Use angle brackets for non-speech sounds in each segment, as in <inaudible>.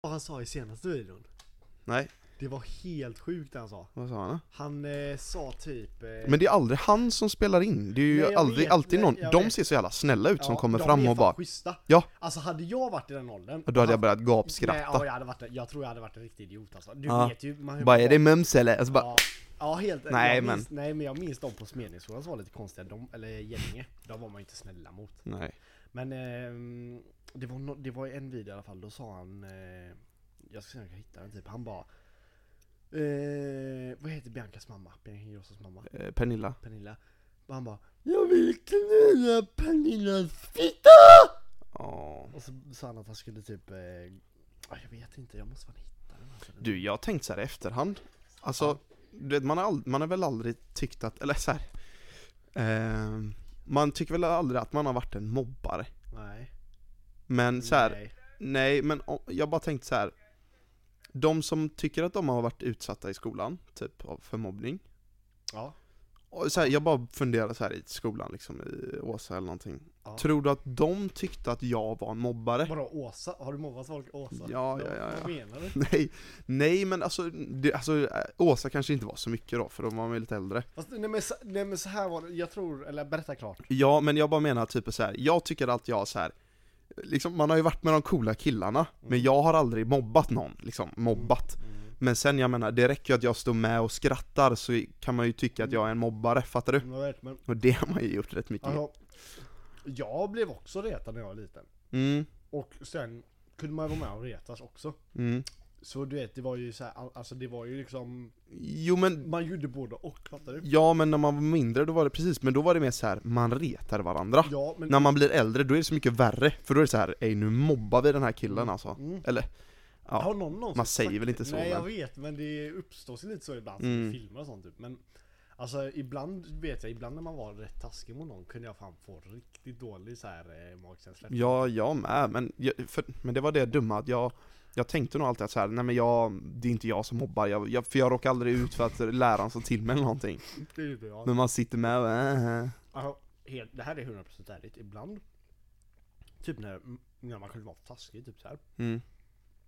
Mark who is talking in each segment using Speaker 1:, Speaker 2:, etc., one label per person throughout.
Speaker 1: vad han sa i senaste videon?
Speaker 2: Nej,
Speaker 1: Det var helt sjukt det han sa.
Speaker 2: vad sa han då?
Speaker 1: Han eh, sa typ... Eh,
Speaker 2: Men det är aldrig han som spelar in, det är ju
Speaker 1: Nej, jag
Speaker 2: aldrig,
Speaker 1: vet,
Speaker 2: alltid
Speaker 1: nej,
Speaker 2: någon,
Speaker 1: jag
Speaker 2: de
Speaker 1: vet.
Speaker 2: ser så jävla snälla ut som
Speaker 1: ja,
Speaker 2: kommer
Speaker 1: de
Speaker 2: fram
Speaker 1: är fan
Speaker 2: och bara
Speaker 1: Schyssta.
Speaker 2: Ja,
Speaker 1: Alltså hade jag varit i den åldern...
Speaker 2: och då hade jag
Speaker 1: haft-
Speaker 2: börjat
Speaker 1: Nej, ja,
Speaker 2: gapskratta
Speaker 1: jag, hade varit, jag tror jag hade varit en riktig idiot alltså. Du
Speaker 2: Ja.
Speaker 1: vet ju... Man,
Speaker 2: Bara är det mums eller? Alltså bara,
Speaker 1: Ja, ja helt
Speaker 2: Nej,
Speaker 1: jag
Speaker 2: men-
Speaker 1: minns, Nej men jag minns de på Smedningsskolan som var lite konstiga, de, eller Gällinge. De var man ju inte snälla mot.
Speaker 2: nej
Speaker 1: Men ehm, det, var no, det var en video i alla fall, då sa han eh, Jag ska se om jag kan hitta den typ, han bara eh, Vad heter Biancas mamma? Bianca Ingrossos mamma?
Speaker 2: eh, Pernilla
Speaker 1: Pernilla? Och han bara Jag vill knulla Pernillas fitta!
Speaker 2: Ja.
Speaker 1: Och så sa han att han skulle typ eh, ah, Jag vet inte, jag måste fan hitta den alltså.
Speaker 2: Du, jag har tänkt så här i efterhand. Alltså, du vet, man har, ald- man har väl aldrig tyckt att, eller så här. ehm, man tycker väl aldrig att man har varit en mobbare.
Speaker 1: Nej
Speaker 2: Men så här, nej.
Speaker 1: Nej,
Speaker 2: men o- jag bara tänkt så här. De som tycker att de har varit utsatta i skolan, typ av- för mobbning.
Speaker 1: ja,
Speaker 2: Och så här, jag bara funderar så här i skolan liksom, i Åsa eller någonting.
Speaker 1: Ja.
Speaker 2: Tror du att de tyckte att jag var en mobbare?
Speaker 1: vadå Åsa? Har du mobbat folk? Åsa?
Speaker 2: Ja, ja, ja, ja.
Speaker 1: Vad menar du?
Speaker 2: <laughs> Nej, nej men alltså, det, alltså, eh, Åsa kanske inte var så mycket då, för de var väl lite äldre.
Speaker 1: Fast, nej, men, så- nej men så här var det, jag tror, eller berätta klart
Speaker 2: Ja, men jag bara menar typ så här. jag tycker att jag så här. Liksom, man har ju varit med de coola killarna,
Speaker 1: Mm.
Speaker 2: men jag har aldrig mobbat någon, liksom mobbat. Men sen jag menar, det räcker ju att jag står med och skrattar så kan man ju tycka
Speaker 1: Mm.
Speaker 2: att jag är en mobbare, fattar du?
Speaker 1: Jag vet, men
Speaker 2: Och det har man ju gjort rätt mycket med.
Speaker 1: Alltså, jag blev också retad när jag var liten.
Speaker 2: Mm,
Speaker 1: Och sen kunde man vara med och retas också.
Speaker 2: mm.
Speaker 1: Så du vet, det var ju så här, all- alltså det var ju liksom,
Speaker 2: Jo men,
Speaker 1: man gjorde både och, fattar du?
Speaker 2: ja men när man var mindre då var det precis, men då var det mer så här, man retar varandra.
Speaker 1: Ja, men
Speaker 2: När man blir äldre då är det så mycket värre, för då är det så här, ej nu mobbar vi den här killen alltså.
Speaker 1: Mm.
Speaker 2: Eller, ja.
Speaker 1: har någon någonsin
Speaker 2: Man säger
Speaker 1: sagt
Speaker 2: väl
Speaker 1: det?
Speaker 2: inte så,
Speaker 1: Nej jag
Speaker 2: men-
Speaker 1: vet, men det uppstår sig lite så ibland,
Speaker 2: Mm.
Speaker 1: mm. filmer och sånt typ. Men alltså ibland vet jag, ibland när man var rätt taskig mot någon kunde jag fan få riktigt dålig så här eh, magkänsla.
Speaker 2: Ja, jag med, men, jag, för, men det var det dumma att jag jag tänkte nog alltid att så här, nej men jag, det är inte jag som mobbar, jag, jag, för jag råkar aldrig ut för att läraren sa till mig eller någonting
Speaker 1: Det gjorde jag.
Speaker 2: Men man sitter med och äh, äh.
Speaker 1: Alltså, helt, det här är 100% ärligt, ibland Typ när, när man kunde vara taskig typ så här.
Speaker 2: Mm.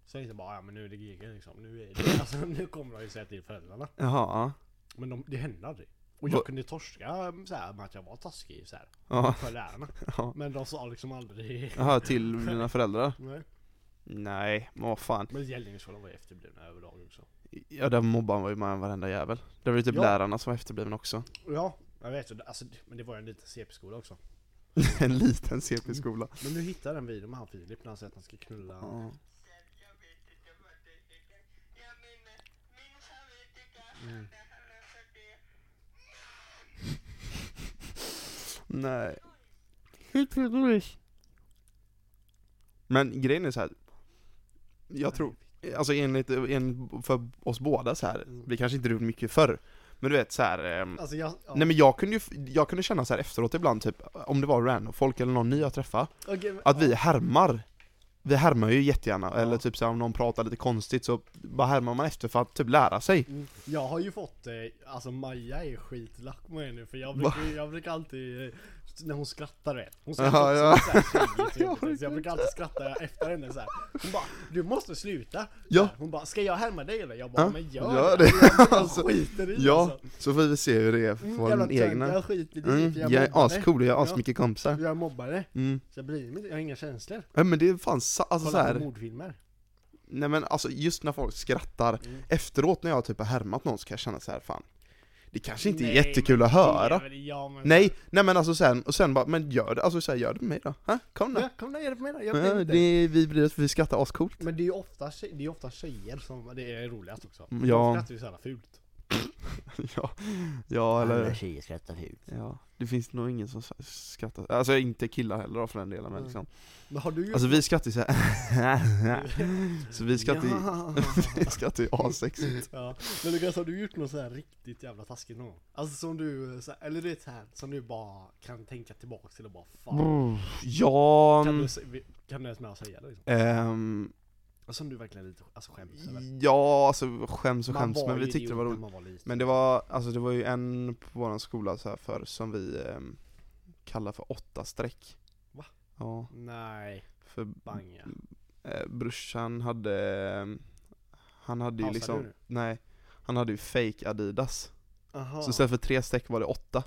Speaker 1: Så jag tänkte bara, ja men nu är det GG liksom. Nu, är det, alltså, <laughs> nu kommer de ju säga till föräldrarna.
Speaker 2: Jaha,
Speaker 1: Men de, det hände aldrig. Och jag
Speaker 2: Va-
Speaker 1: kunde torska mm, så här, med att jag var taskig så här,
Speaker 2: ja,
Speaker 1: för lärarna.
Speaker 2: Ja.
Speaker 1: Men de sa liksom aldrig...
Speaker 2: jaha, till mina föräldrar?
Speaker 1: Nej.
Speaker 2: Nej, men vad fan
Speaker 1: Men Gällingeskolan var ju efterblivna överlag också.
Speaker 2: Ja den mobbaren var ju med varenda jävel Det var ju typ
Speaker 1: Ja.
Speaker 2: lärarna som var efterblivna också
Speaker 1: Ja, jag vet. ju, Alltså, men det var ju en liten CP-skola också.
Speaker 2: <laughs> En liten CP-skola
Speaker 1: Men nu hittade jag en video med han Filip när han säger att han ska knulla...
Speaker 2: ja.
Speaker 3: Jag vet inte vad det är. Jag menar, minsann vet inte
Speaker 2: Mm.
Speaker 3: att det här är för det.
Speaker 2: Nej Men grejen är så här. Jag tror, alltså enligt, enligt för oss båda så här, vi kanske inte gjorde mycket förr Men du vet så här, ehm,
Speaker 1: Alltså jag... Ja.
Speaker 2: nej men jag kunde ju, jag kunde känna så här efteråt ibland typ, om det var random folk eller någon ny jag träffade
Speaker 1: Okej, men-
Speaker 2: Att vi härmar Vi härmar ju jättegärna,
Speaker 1: Ja.
Speaker 2: eller typ så här, om någon pratar lite konstigt så bara härmar man efter för att typ lära sig
Speaker 1: Mm. Jag har ju fått, eh, alltså Maja är skitlack på mig nu för jag brukar, jag brukar alltid, eh, när hon skrattar vet Hon skrattar
Speaker 2: Ja,
Speaker 1: också ja. så, här,
Speaker 2: <laughs>
Speaker 1: tjejigt och jobbigt, så jag brukar alltid skratta efter henne så här. Hon bara, du måste sluta!
Speaker 2: Ja.
Speaker 1: Så här, Hon bara, ska jag härma dig eller? Jag bara,
Speaker 2: Ja,
Speaker 1: men gör,
Speaker 2: gör
Speaker 1: det!
Speaker 2: det.
Speaker 1: Jag, jag
Speaker 2: Alltså,
Speaker 1: skiter i det,
Speaker 2: Ja,
Speaker 1: alltså.
Speaker 2: så får vi se hur det är
Speaker 1: Mm,
Speaker 2: för
Speaker 1: jävla
Speaker 2: den
Speaker 1: tönt,
Speaker 2: egna
Speaker 1: Jag skiter i det,
Speaker 2: mm,
Speaker 1: för
Speaker 2: Jag
Speaker 1: jag,
Speaker 2: är
Speaker 1: mobbar dig.
Speaker 2: ascool, jag har
Speaker 1: Ja.
Speaker 2: asmycket kompisar
Speaker 1: Jag mobbar dig,
Speaker 2: mm.
Speaker 1: så jag bryr mig inte, jag har inga känslor.
Speaker 2: Ja, men det är fan sa- alltså så
Speaker 1: Kolla på
Speaker 2: här,
Speaker 1: mordfilmer.
Speaker 2: nej men alltså just när folk skrattar
Speaker 1: Mm.
Speaker 2: Efteråt när jag typ har härmat någon så kan jag känna så här fan Det kanske inte är
Speaker 1: Nej,
Speaker 2: jättekul
Speaker 1: men
Speaker 2: att
Speaker 1: det är
Speaker 2: höra
Speaker 1: väl- Ja, men,
Speaker 2: Nej, nej men alltså sen, och sen bara, men gör det, alltså så här, gör det med mig då, ha? kom då!
Speaker 1: Ja, kom då, ge det på mig då, jag bryr mig
Speaker 2: Ja,
Speaker 1: inte.
Speaker 2: det, vi blir oss för vi skrattar ascoolt
Speaker 1: Men det är ju ofta, tje- det är ofta tjejer som det är roligast också.
Speaker 2: Mm, ja.
Speaker 1: De skrattar ju så jävla fult.
Speaker 2: <laughs> Ja, ja
Speaker 4: Alla
Speaker 2: eller
Speaker 4: tjejer skrattar fult.
Speaker 2: ja. Det finns nog ingen som s- skrattar, alltså inte killar heller då, för den delen men
Speaker 1: Mm.
Speaker 2: liksom
Speaker 1: Men har du gjort...
Speaker 2: Alltså vi skrattar ju såhär <laughs> Så vi skrattar ju, <laughs>
Speaker 1: ja. <laughs>
Speaker 2: vi skrattar ju assexigt
Speaker 1: ja. Men Lukas, har du gjort något så här riktigt jävla taskigt någon gång? Alltså som du, så här, eller du vet så här, som du bara kan tänka tillbaka till och bara fan.
Speaker 2: Mm. Ja,
Speaker 1: Kan, du, se- kan du ens med att säga det liksom?
Speaker 2: ehm,
Speaker 1: Som du verkligen lite alltså, skäms över.
Speaker 2: ja alltså skäms och
Speaker 1: Man
Speaker 2: skäms
Speaker 1: var
Speaker 2: men vi
Speaker 1: ju
Speaker 2: tyckte det var
Speaker 1: idiot när
Speaker 2: roligt
Speaker 1: Man var liten.
Speaker 2: Men det var, alltså det var ju en på våran skola så här för som vi ehm, kallar för åtta streck
Speaker 1: Va?
Speaker 2: Ja,
Speaker 1: Nej,
Speaker 2: för
Speaker 1: banga.
Speaker 2: eh, brorsan hade, ehm, han hade ju
Speaker 1: Pausar
Speaker 2: liksom,
Speaker 1: du nu?
Speaker 2: nej, han hade ju fake Adidas.
Speaker 1: Aha.
Speaker 2: Så istället för tre streck var det åtta.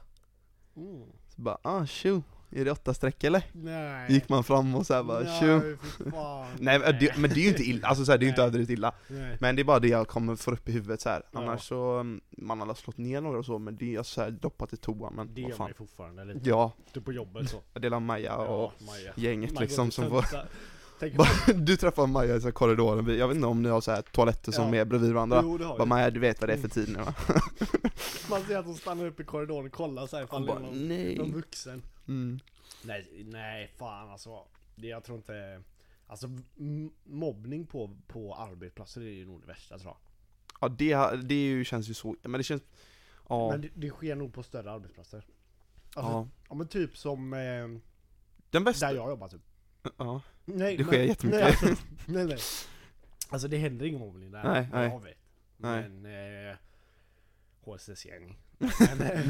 Speaker 1: Mm.
Speaker 2: Så bara, ah tjo, är det åtta streck eller?
Speaker 1: Nej.
Speaker 2: Gick man fram och så här bara, tjo.
Speaker 1: Nej, fy fan.
Speaker 2: Nej men det, men det är ju
Speaker 1: <laughs>
Speaker 2: inte illa, alltså så här, det är ju inte
Speaker 1: Nej.
Speaker 2: överdrivet illa.
Speaker 1: Nej.
Speaker 2: Men det är bara det jag kommer få upp i huvudet så här.
Speaker 1: Ja.
Speaker 2: Annars så, mm, man har slått ner några och så, men det är alltså så här doppat i toa men
Speaker 1: Det
Speaker 2: vad
Speaker 1: gör
Speaker 2: fan.
Speaker 1: man ju fortfarande lite.
Speaker 2: Ja,
Speaker 1: Du på jobbet så.
Speaker 2: det är Maja och
Speaker 1: Maja.
Speaker 2: gänget
Speaker 1: Man går
Speaker 2: liksom
Speaker 1: till
Speaker 2: som får <laughs>
Speaker 1: töntar. Tänk
Speaker 2: Bara- Du träffar Maja i så här korridoren, Vi- jag vet inte om ni har så här toaletter som
Speaker 1: Ja.
Speaker 2: är bredvid varandra?
Speaker 1: Jo, det har
Speaker 2: Bara
Speaker 1: vi. Mm.
Speaker 2: Maja du vet vad det är för tid nu va?
Speaker 1: Man ser att hon stannar upp i korridoren och kollar så här ifall
Speaker 2: Han
Speaker 1: det är
Speaker 2: bara
Speaker 1: någon, någon
Speaker 2: nej
Speaker 1: vuxen.
Speaker 2: mm.
Speaker 1: Nej, nej fan alltså. Det, jag tror inte... Alltså m- mobbning på, på arbetsplatser är ju nog det värsta tror jag.
Speaker 2: Ja det, har- det är ju, känns ju så, men det känns Ja,
Speaker 1: Men det, det sker nog på större arbetsplatser. Alltså, ja.
Speaker 2: ja.
Speaker 1: men typ som eh,
Speaker 2: Den
Speaker 1: där
Speaker 2: bästa,
Speaker 1: jag jobbar typ.
Speaker 2: <laughs> ja.
Speaker 1: Nej,
Speaker 2: Det sker
Speaker 1: men-
Speaker 2: jättemycket.
Speaker 1: Nej, alltså, nej, nej. Alltså det händer ingen mobbning där.
Speaker 2: Nej,
Speaker 1: vad
Speaker 2: nej.
Speaker 1: Jag vet.
Speaker 2: Nej.
Speaker 1: Men... Eh,
Speaker 2: <laughs>
Speaker 1: HSS-gäng.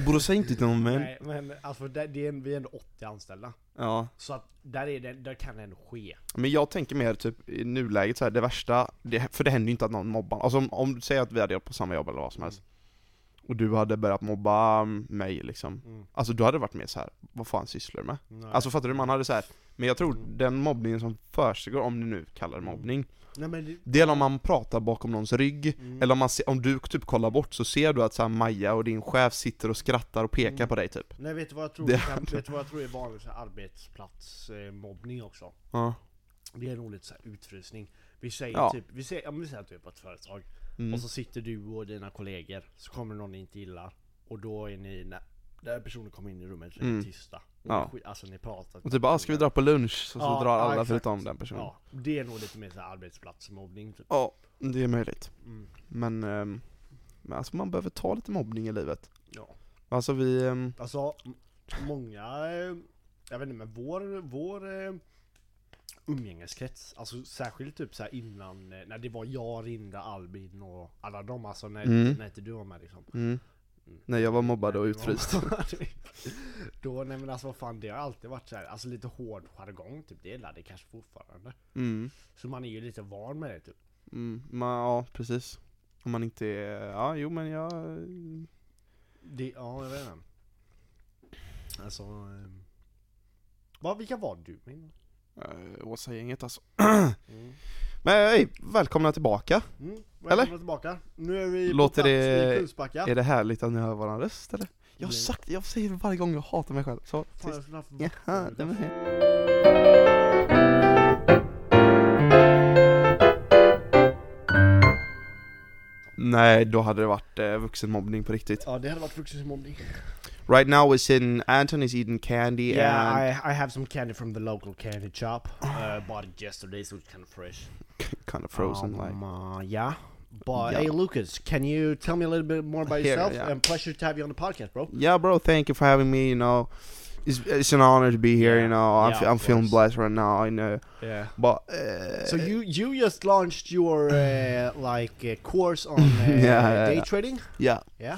Speaker 2: Borde säga inte till någon men,
Speaker 1: eh, Nej, men alltså det, det är, vi är ändå 80 anställda.
Speaker 2: ja
Speaker 1: Så att där, är det, där kan det ändå ske.
Speaker 2: Men jag tänker mer typ i nuläget så här, det värsta, det, för det händer ju inte att någon mobbar Alltså om, om du säger att vi hade jobbat på samma jobb eller vad som helst Och du hade börjat mobba mig liksom
Speaker 1: Mm.
Speaker 2: Alltså du hade varit mer så här, vad fan sysslar du med?
Speaker 1: Nej.
Speaker 2: Alltså fattar du? Man hade så här. Men jag tror
Speaker 1: Mm.
Speaker 2: den mobbningen som försiggår, om du nu kallar det
Speaker 1: Mm.
Speaker 2: mobbning
Speaker 1: Nej, men det,
Speaker 2: Det är om man pratar bakom någons rygg
Speaker 1: mm.
Speaker 2: Eller om, man se, om du typ kollar bort så ser du att så här, Maja och din chef sitter och skrattar och pekar
Speaker 1: Mm.
Speaker 2: på dig typ
Speaker 1: Nej, vet du vad jag tror?
Speaker 2: Det-
Speaker 1: Kan, vet du vad jag tror är vanligt? så här Arbetsplatsmobbning också.
Speaker 2: Ja,
Speaker 1: Det är nog lite så här utfrysning. Vi säger
Speaker 2: Ja.
Speaker 1: typ, vi säger, ja, men vi säger att du är på ett företag.
Speaker 2: mm.
Speaker 1: Och så sitter du och dina kollegor. Så kommer någon ni inte gillar. Och då är ni, när när personen kommer in i rummet så är ni
Speaker 2: Mm.
Speaker 1: tysta. Och
Speaker 2: Ja.
Speaker 1: skit- Alltså ni pratar.
Speaker 2: och typ bara, ah, ska vi dra på lunch? Så,
Speaker 1: Ja,
Speaker 2: så drar
Speaker 1: ja,
Speaker 2: alla
Speaker 1: exakt.
Speaker 2: förutom den personen
Speaker 1: Ja, det är nog lite mer så här arbetsplatsmobbning typ.
Speaker 2: Ja, det är möjligt.
Speaker 1: Mm.
Speaker 2: Men, ehm, men alltså man behöver ta lite mobbning i livet.
Speaker 1: Ja.
Speaker 2: Alltså vi, ehm,
Speaker 1: Alltså, m- många, eh, jag vet inte men vår, vår eh, umgängeskrets, alltså särskilt typ så här innan, eh, när det var jag, Rinda, Albin och alla dem alltså när,
Speaker 2: Mm.
Speaker 1: när inte du var med liksom.
Speaker 2: mm, när jag var mobbad och
Speaker 1: När du var <laughs>
Speaker 2: utfryst.
Speaker 1: med. typ. Då, nej men alltså vad fan det har alltid varit så här, alltså lite hård jargong typ, det är det kanske fortfarande.
Speaker 2: Mm,
Speaker 1: Så man är ju lite van med det typ.
Speaker 2: mm, man, ja precis. Om man inte är, ja jo men jag,
Speaker 1: Det, ja jag vet inte. Alltså, eh, vad, vilka var du min?
Speaker 2: äh, Åsa-gänget alltså. <clears throat>
Speaker 1: Mm.
Speaker 2: Men hej, välkomna tillbaka.
Speaker 1: Mm,
Speaker 2: Eller?
Speaker 1: välkomna tillbaka. Nu är vi
Speaker 2: Låter
Speaker 1: på plats
Speaker 2: det-
Speaker 1: i Kungsbacka.
Speaker 2: Är det härligt att ni hör våran röst eller? Jag har
Speaker 1: Det-
Speaker 2: sagt jag säger det varje gång jag hatar mig själv. Så,
Speaker 1: Fan,
Speaker 2: tyst.
Speaker 1: jag skulle haft
Speaker 2: Jaha, det var det. Nej, då hade det varit eh, vuxenmobbning på riktigt.
Speaker 1: Ja, det hade varit vuxenmobbning.
Speaker 2: Right now is in Anthony's eating candy
Speaker 1: Yeah,
Speaker 2: and
Speaker 1: I, I have some candy from the local candy shop.
Speaker 2: Ah.
Speaker 1: Uh, bought it yesterday, so it's kind of fresh.
Speaker 2: kind of frozen
Speaker 1: Um,
Speaker 2: like.
Speaker 1: uh, yeah. But
Speaker 2: Yeah.
Speaker 1: hey, Lucas, can you tell me a little bit more about
Speaker 2: <laughs> Here,
Speaker 1: yourself?
Speaker 2: yeah.
Speaker 1: And pleasure to have you on the podcast, bro.
Speaker 2: Yeah, bro, thank you for having me. You know, it's, it's an honor to be here.
Speaker 1: Yeah.
Speaker 2: You know, I'm,
Speaker 1: Yeah,
Speaker 2: fe-
Speaker 1: of
Speaker 2: I'm feeling
Speaker 1: course.
Speaker 2: blessed right now. I know,
Speaker 1: Yeah.
Speaker 2: but uh,
Speaker 1: So you you just launched your
Speaker 2: <sighs>
Speaker 1: uh, like uh, course on uh,
Speaker 2: <laughs> Yeah,
Speaker 1: day
Speaker 2: yeah.
Speaker 1: trading.
Speaker 2: yeah.
Speaker 1: Yeah.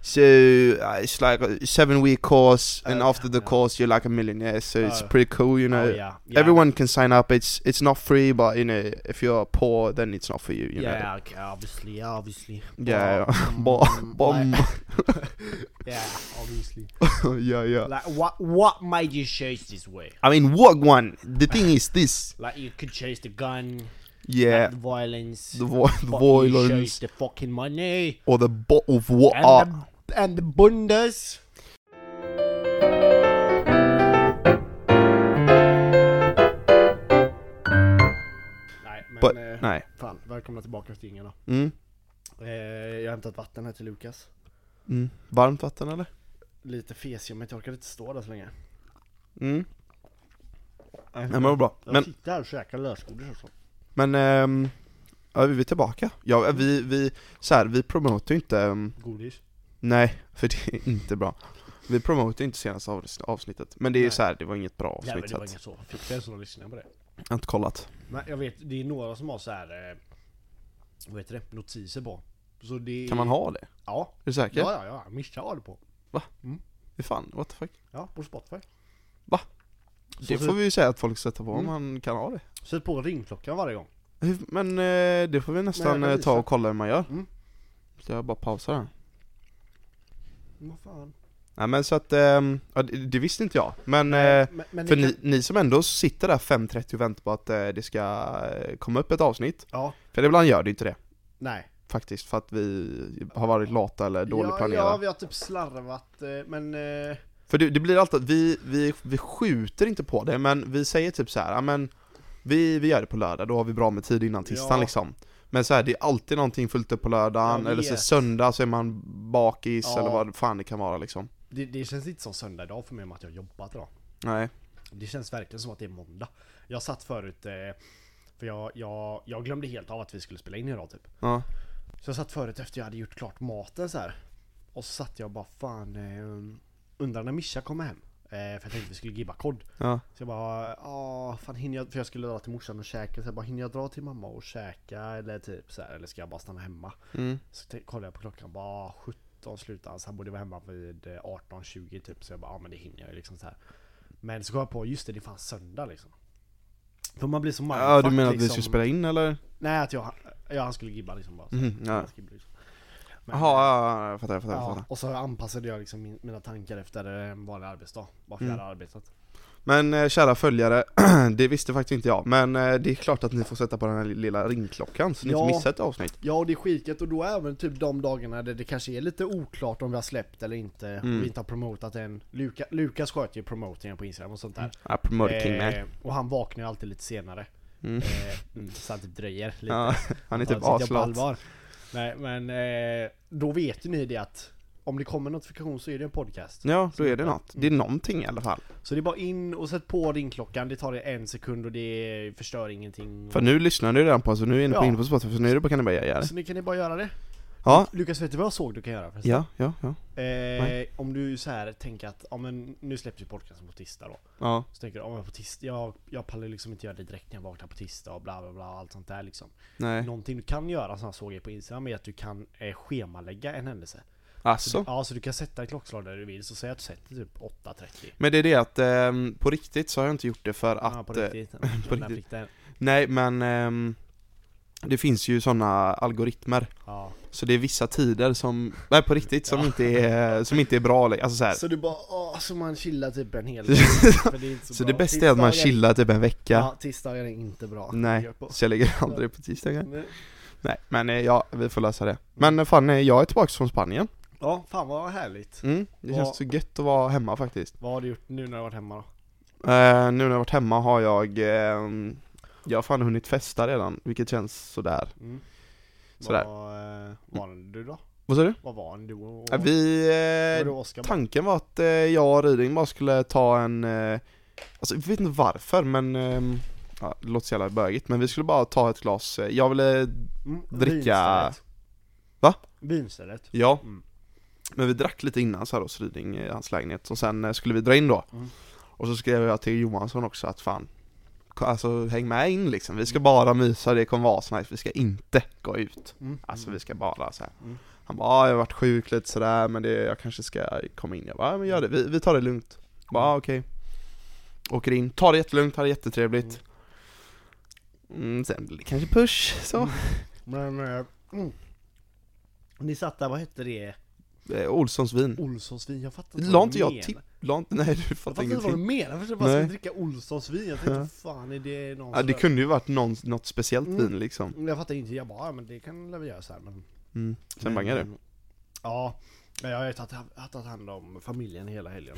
Speaker 2: So uh, it's like a seven week course, and
Speaker 1: Uh,
Speaker 2: after the
Speaker 1: yeah.
Speaker 2: course, you're like a millionaire. So it's
Speaker 1: Oh.
Speaker 2: pretty cool, you know.
Speaker 1: oh, yeah. yeah.
Speaker 2: Everyone can sign up. It's it's not free, but you know, if you're poor, then it's not for you. You
Speaker 1: Yeah, okay, obviously, obviously.
Speaker 2: know. Yeah. <laughs>
Speaker 1: Um,
Speaker 2: Bom, bom.
Speaker 1: Yeah, obviously.
Speaker 2: <laughs> yeah, yeah.
Speaker 1: Like, what what made you chase this way?
Speaker 2: I mean, what one? The thing is this.
Speaker 1: Like, you could chase the gun,
Speaker 2: Yeah.
Speaker 1: like the violence,
Speaker 2: The, vo- the
Speaker 1: but you chase
Speaker 2: violence
Speaker 1: the fucking money,
Speaker 2: or the bot of what?
Speaker 1: and, the, and the bundas. Nej, men...
Speaker 2: But
Speaker 1: eh,
Speaker 2: nej.
Speaker 1: Fan, välkomna tillbaka till ingen då.
Speaker 2: Mm.
Speaker 1: Eh, jag har hämtat vatten här till Lukas.
Speaker 2: Mm. Varmt vatten eller?
Speaker 1: Lite fesium, men jag orkade inte stå där så länge.
Speaker 2: Mm. Nej men vad bra.
Speaker 1: Jag
Speaker 2: Men,
Speaker 1: sitter här och käkar lösgodis och så.
Speaker 2: men ehm, ja, vi är tillbaka. Ja, vi, vi, så här, vi promotar ju inte, ehm,
Speaker 1: Godis.
Speaker 2: nej, för det är inte bra. Vi promotar ju inte senaste avs- avsnittet, men det är ju
Speaker 1: Nej.
Speaker 2: så här, det var inget bra
Speaker 1: Ja, men
Speaker 2: avsnitt
Speaker 1: det
Speaker 2: så
Speaker 1: var
Speaker 2: att,
Speaker 1: inget så. Fick vi ens några lyssningar på det?
Speaker 2: jag har inte kollat.
Speaker 1: Men jag vet, det är några som har så här. Eh, vad heter det? Notiser på. Så det
Speaker 2: Kan man ha det?
Speaker 1: Ja.
Speaker 2: Är du säker?
Speaker 1: Ja, ja, ja. Mischa har det på.
Speaker 2: Fy Fan, what the fuck?
Speaker 1: Ja, på Spotify.
Speaker 2: Va? Det
Speaker 1: så-
Speaker 2: får vi ju säga att folk sätter på om
Speaker 1: Mm.
Speaker 2: man kan ha det.
Speaker 1: Sätt på ringklockan varje gång.
Speaker 2: Hur- Men eh, det får vi nästan
Speaker 1: kan
Speaker 2: eh, ta
Speaker 1: visa.
Speaker 2: och kolla hur man gör.
Speaker 1: Mm.
Speaker 2: Så jag bara pausar här.
Speaker 1: Vad fan.
Speaker 2: Nej men så att, ehm, ja, det, det visste inte jag. Men, eh,
Speaker 1: Men, men
Speaker 2: för
Speaker 1: ni kan-
Speaker 2: ni, ni som ändå sitter där 5.30 och väntar på att eh, det ska eh, komma upp ett avsnitt.
Speaker 1: Ja,
Speaker 2: För ibland gör det inte det.
Speaker 1: nej.
Speaker 2: Faktiskt, för att vi har varit lata eller dåligt
Speaker 1: ja,
Speaker 2: planerade.
Speaker 1: ja, vi har typ slarvat eh, men... eh,
Speaker 2: För det, det blir alltid att vi, vi, vi skjuter inte på det, men vi säger typ så här, "Ja, men vi, vi gör det på lördag, då har vi bra med tid innan tisdagen
Speaker 1: Ja.
Speaker 2: liksom. Men så här, det är alltid någonting fullt upp på lördagen,
Speaker 1: Jag
Speaker 2: eller så
Speaker 1: vet.
Speaker 2: söndag så är man bakis
Speaker 1: Ja.
Speaker 2: eller vad fan det kan vara liksom.
Speaker 1: Det, det känns inte som söndag idag för mig med att jag har jobbat idag.
Speaker 2: Nej.
Speaker 1: Det känns verkligen som att det är måndag. Jag satt förut, eh, för jag, jag, jag glömde helt av att vi skulle spela in idag typ.
Speaker 2: Ja.
Speaker 1: Så jag satt förut efter jag hade gjort klart maten så här. Och så satt jag och bara fan, eh, undrar när Mischa kommer hem. Eh, för jag tänkte vi skulle gibba kod.
Speaker 2: Ja.
Speaker 1: Så jag bara, ja fan hinner jag, för jag skulle dra till morsan och käka. Så jag bara, hinner jag dra till mamma och käka eller typ så här, eller ska jag bara stanna hemma?
Speaker 2: Mm.
Speaker 1: Så t- kollade jag på klockan, bara 17 slutar han, så han borde vara hemma vid eh, 18-20 typ. Så jag bara, ja men det hinner jag ju liksom så här. Men så kom jag på, just det, det är fan söndag liksom. För man blir så mindfuck
Speaker 2: ja, du menar att
Speaker 1: liksom.
Speaker 2: vi skulle spela in eller?
Speaker 1: Nej, att jag, ja, han skulle gibba liksom bara. så.
Speaker 2: Mhm, ja.
Speaker 1: Han skulle gibba, liksom. Men-
Speaker 2: Jaha, ja, ja, jag fattar, jag fattar, jag
Speaker 1: Ja,
Speaker 2: fattar.
Speaker 1: och så anpassade jag liksom min, mina tankar efter eh, en vanlig arbetsdag. Varför
Speaker 2: Mm.
Speaker 1: jag hade arbetat.
Speaker 2: Men eh, kära följare, <clears throat> det visste faktiskt inte jag, men eh, det är klart att ni får sätta på den här lilla ringklockan så ni
Speaker 1: Ja.
Speaker 2: inte missar ett avsnitt.
Speaker 1: Ja, och det är skitgött och då även typ de dagarna där det kanske är lite oklart om vi har släppt eller inte.
Speaker 2: Mm.
Speaker 1: Och vi inte har promotat än. Luka, Lukas sköter ju promotingen på Instagram och sånt där.
Speaker 2: Ja, promoter king man.
Speaker 1: Eh, och han vaknar ju alltid lite senare.
Speaker 2: Mm.
Speaker 1: Eh, mm, så han typ dröjer lite.
Speaker 2: Ja, <laughs> han är typ
Speaker 1: sitter jag på
Speaker 2: aslat.
Speaker 1: allvar. Nej men eh, då vet ju ni det att om det kommer notifikation så är det en podcast.
Speaker 2: Ja, då är
Speaker 1: Mm.
Speaker 2: det något. Det är någonting i alla fall.
Speaker 1: Så det är bara in och sätt på ringklockan. Det tar det en sekund och det förstör ingenting.
Speaker 2: För nu lyssnar du redan på oss och nu är ni på
Speaker 1: Ja.
Speaker 2: inne på Spotify, så nu är du på kan ni börja göra det.
Speaker 1: Så nu kan ni bara göra det.
Speaker 2: Ja,
Speaker 1: Lukas, vet du vad jag såg du kan göra? förresten?
Speaker 2: ja, ja, ja.
Speaker 1: Eh, om du så här tänker att ja, men nu släpps ju podcasten på tisdag då.
Speaker 2: Ja,
Speaker 1: Så tänker du, ja, men på tisdag, jag, jag pallar liksom inte göra det direkt när jag vaknar på tisdag och bla bla bla allt sånt där liksom.
Speaker 2: nej.
Speaker 1: Någonting du kan göra som jag såg er på Instagram är att du kan eh, schemalägga en händelse.
Speaker 2: Alltså.
Speaker 1: Ja, så du kan sätta ett klockslag där du vill, så säg att du sätter typ 8.30.
Speaker 2: Men det är det att ehm, på riktigt så har jag inte gjort det för
Speaker 1: Ja,
Speaker 2: att...
Speaker 1: på
Speaker 2: eh,
Speaker 1: riktigt.
Speaker 2: <laughs>
Speaker 1: på
Speaker 2: riktigt.
Speaker 1: riktigt.
Speaker 2: nej, men ehm, det finns ju sådana algoritmer.
Speaker 1: Ja.
Speaker 2: Så det är vissa tider som, nej på riktigt, som, inte, är, som inte är bra. eller- Alltså så, här.
Speaker 1: Så du bara, åh, så man chillar typ en
Speaker 2: <laughs>
Speaker 1: hel dag. för det är inte
Speaker 2: så
Speaker 1: bra.
Speaker 2: det bästa är att man
Speaker 1: Tisdagar-
Speaker 2: chillar typ en vecka.
Speaker 1: Ja, tisdagar är inte bra.
Speaker 2: Nej,
Speaker 1: Gör på.
Speaker 2: så jag lägger aldrig på tisdagar.
Speaker 1: Men-
Speaker 2: Nej, men eh, ja, vi får lösa det. Men eh, fan, eh, jag är tillbaka från Spanien.
Speaker 1: Ja, fan vad härligt.
Speaker 2: Mm, det känns
Speaker 1: Ja.
Speaker 2: så gött att vara hemma faktiskt.
Speaker 1: Vad har du gjort nu när du har varit hemma då?
Speaker 2: Eh, nu när jag har varit hemma har jag, eh, jag har fan hunnit festa redan, vilket känns sådär.
Speaker 1: Mm.
Speaker 2: typ. Sådär.
Speaker 1: Vad eh, var du då?
Speaker 2: Vad sa du?
Speaker 1: Vad var du och...
Speaker 2: Eh, Vi,
Speaker 1: var du
Speaker 2: eh,
Speaker 1: och Oskar? bara?
Speaker 2: tanken var att eh, jag och Ryding bara skulle ta en, eh, alltså jag vet inte varför men, eh, ja, det låter så jävla bögigt, men vi skulle bara ta ett glas, eh, jag ville,
Speaker 1: Mm,
Speaker 2: dricka-
Speaker 1: vinstället.
Speaker 2: Va?
Speaker 1: Vinstället.
Speaker 2: ja.
Speaker 1: Mm.
Speaker 2: Men vi drack lite innan så här hos Ryding i hans lägenhet, och sen eh, skulle vi dra in då.
Speaker 1: Mm.
Speaker 2: Och så skrev jag till Johansson också att fan, ko- alltså häng med in liksom, vi ska bara mysa, det kommer vara så nice, vi ska inte gå ut.
Speaker 1: Mm.
Speaker 2: Alltså vi ska bara så här.
Speaker 1: Mm.
Speaker 2: Han bara, ah, jag har varit sjuk lite sådär men det, jag kanske ska komma in. Jag bara, ah, men gör det, vi, vi tar det lugnt. Jag bara, ah, okej. Åker in, tar det jättelugnt, har det jättetrevligt. Mm, sen blir det kanske push
Speaker 1: Mm.
Speaker 2: så.
Speaker 1: Men... eh, Mm. Ni satt där, vad hette det?
Speaker 2: Eh, Olssons vin.
Speaker 1: Olssons vin? Jag fattar
Speaker 2: La inte jag
Speaker 1: menar.
Speaker 2: tipp? La inte, nej du
Speaker 1: Jag
Speaker 2: fattar
Speaker 1: fattar inte vad du
Speaker 2: ingenting.
Speaker 1: menar, jag försökte bara
Speaker 2: Nej.
Speaker 1: ska dricka Olssons vin. Jag tänkte
Speaker 2: Ja.
Speaker 1: fan är det någon
Speaker 2: Ja, det
Speaker 1: som-
Speaker 2: kunde ju varit någon, något speciellt
Speaker 1: Mm.
Speaker 2: vin liksom.
Speaker 1: Jag fattar inte, jag bara ja, men det kan väl vi göra så här men...
Speaker 2: Mm. Sen bangade du.
Speaker 1: Ja, men jag har ju tagit, jag har tagit hand om familjen hela helgen.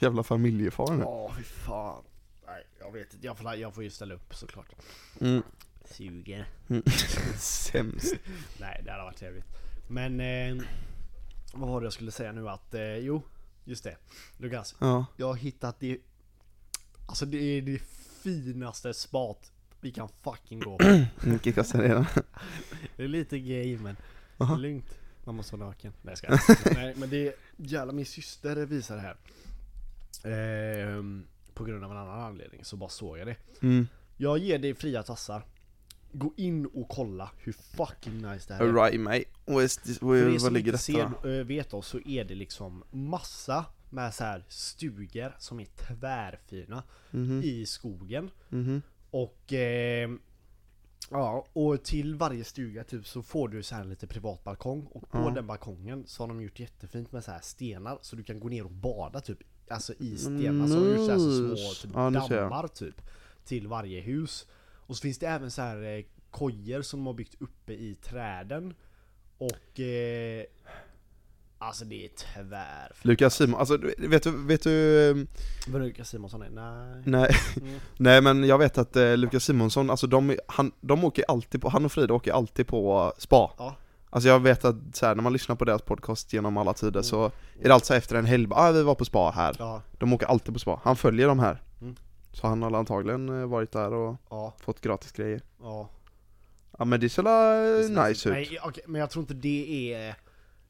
Speaker 2: Jävla familjefar nu.
Speaker 1: Ja, fy fan. Nej, jag vet inte, jag får, jag får ju ställa upp såklart.
Speaker 2: Mm.
Speaker 1: Suger.
Speaker 2: Sämst.
Speaker 1: Nej, det hade varit trevligt. Men eh, vad var det jag skulle säga nu att, eh, jo, just det. Lukas,
Speaker 2: Ja.
Speaker 1: jag har hittat det, alltså det är det finaste spat vi kan fucking gå på.
Speaker 2: Mycket kostar redan.
Speaker 1: Det är lite gay men det
Speaker 2: Aha.
Speaker 1: är lugnt. Man måste vara naken. Nej, jag <laughs> skojar. Nej men det är jävla min syster visar det här. Ehm, på grund av en annan anledning så bara såg jag det.
Speaker 2: Mm.
Speaker 1: Jag ger dig fria tassar. Gå in och kolla hur fucking nice det här är.
Speaker 2: Right mate. Och är-
Speaker 1: För er
Speaker 2: Vad
Speaker 1: som
Speaker 2: ligger
Speaker 1: inte
Speaker 2: detta?
Speaker 1: ser, eh, vet oss så är det liksom massa med så här stugor som är tvärfina
Speaker 2: Mhm,
Speaker 1: i skogen.
Speaker 2: mhm,
Speaker 1: Och eh, Ja, och till varje stuga typ så får du så här en lite privat balkong och på
Speaker 2: Ja.
Speaker 1: den balkongen så har de gjort jättefint med så här stenar så du kan gå ner och bada typ Alltså i stenar,
Speaker 2: Mm,
Speaker 1: så har de gjort så här så
Speaker 2: nice.
Speaker 1: små typ,
Speaker 2: Ja, nu ser jag.
Speaker 1: dammar typ Till varje hus Och så finns det även så här eh, kojor som de har byggt uppe i träden Och eh, Alltså det är tvär
Speaker 2: Lukas Simon, alltså du- vet du, vet du eh,
Speaker 1: Veronica Simonsson är, nej
Speaker 2: Nej,
Speaker 1: Mm.
Speaker 2: <laughs> nej men jag vet att eh, Lukas Simonsson, alltså de, han, de åker alltid på, han och Frida åker alltid på eh, spa
Speaker 1: Ja.
Speaker 2: Alltså jag vet att så här, när man lyssnar på deras podcast genom alla tider
Speaker 1: Mm.
Speaker 2: så är det alltså efter en helg, bara, ah, vi var på spa här
Speaker 1: Ja,
Speaker 2: De åker alltid på spa, han följer dem här
Speaker 1: Mm.
Speaker 2: Så han har antagligen eh, varit där och
Speaker 1: ja,
Speaker 2: fått gratis grejer
Speaker 1: ja
Speaker 2: Ja men det ser la nice typ. ut
Speaker 1: Nej, okej, men jag tror inte det är...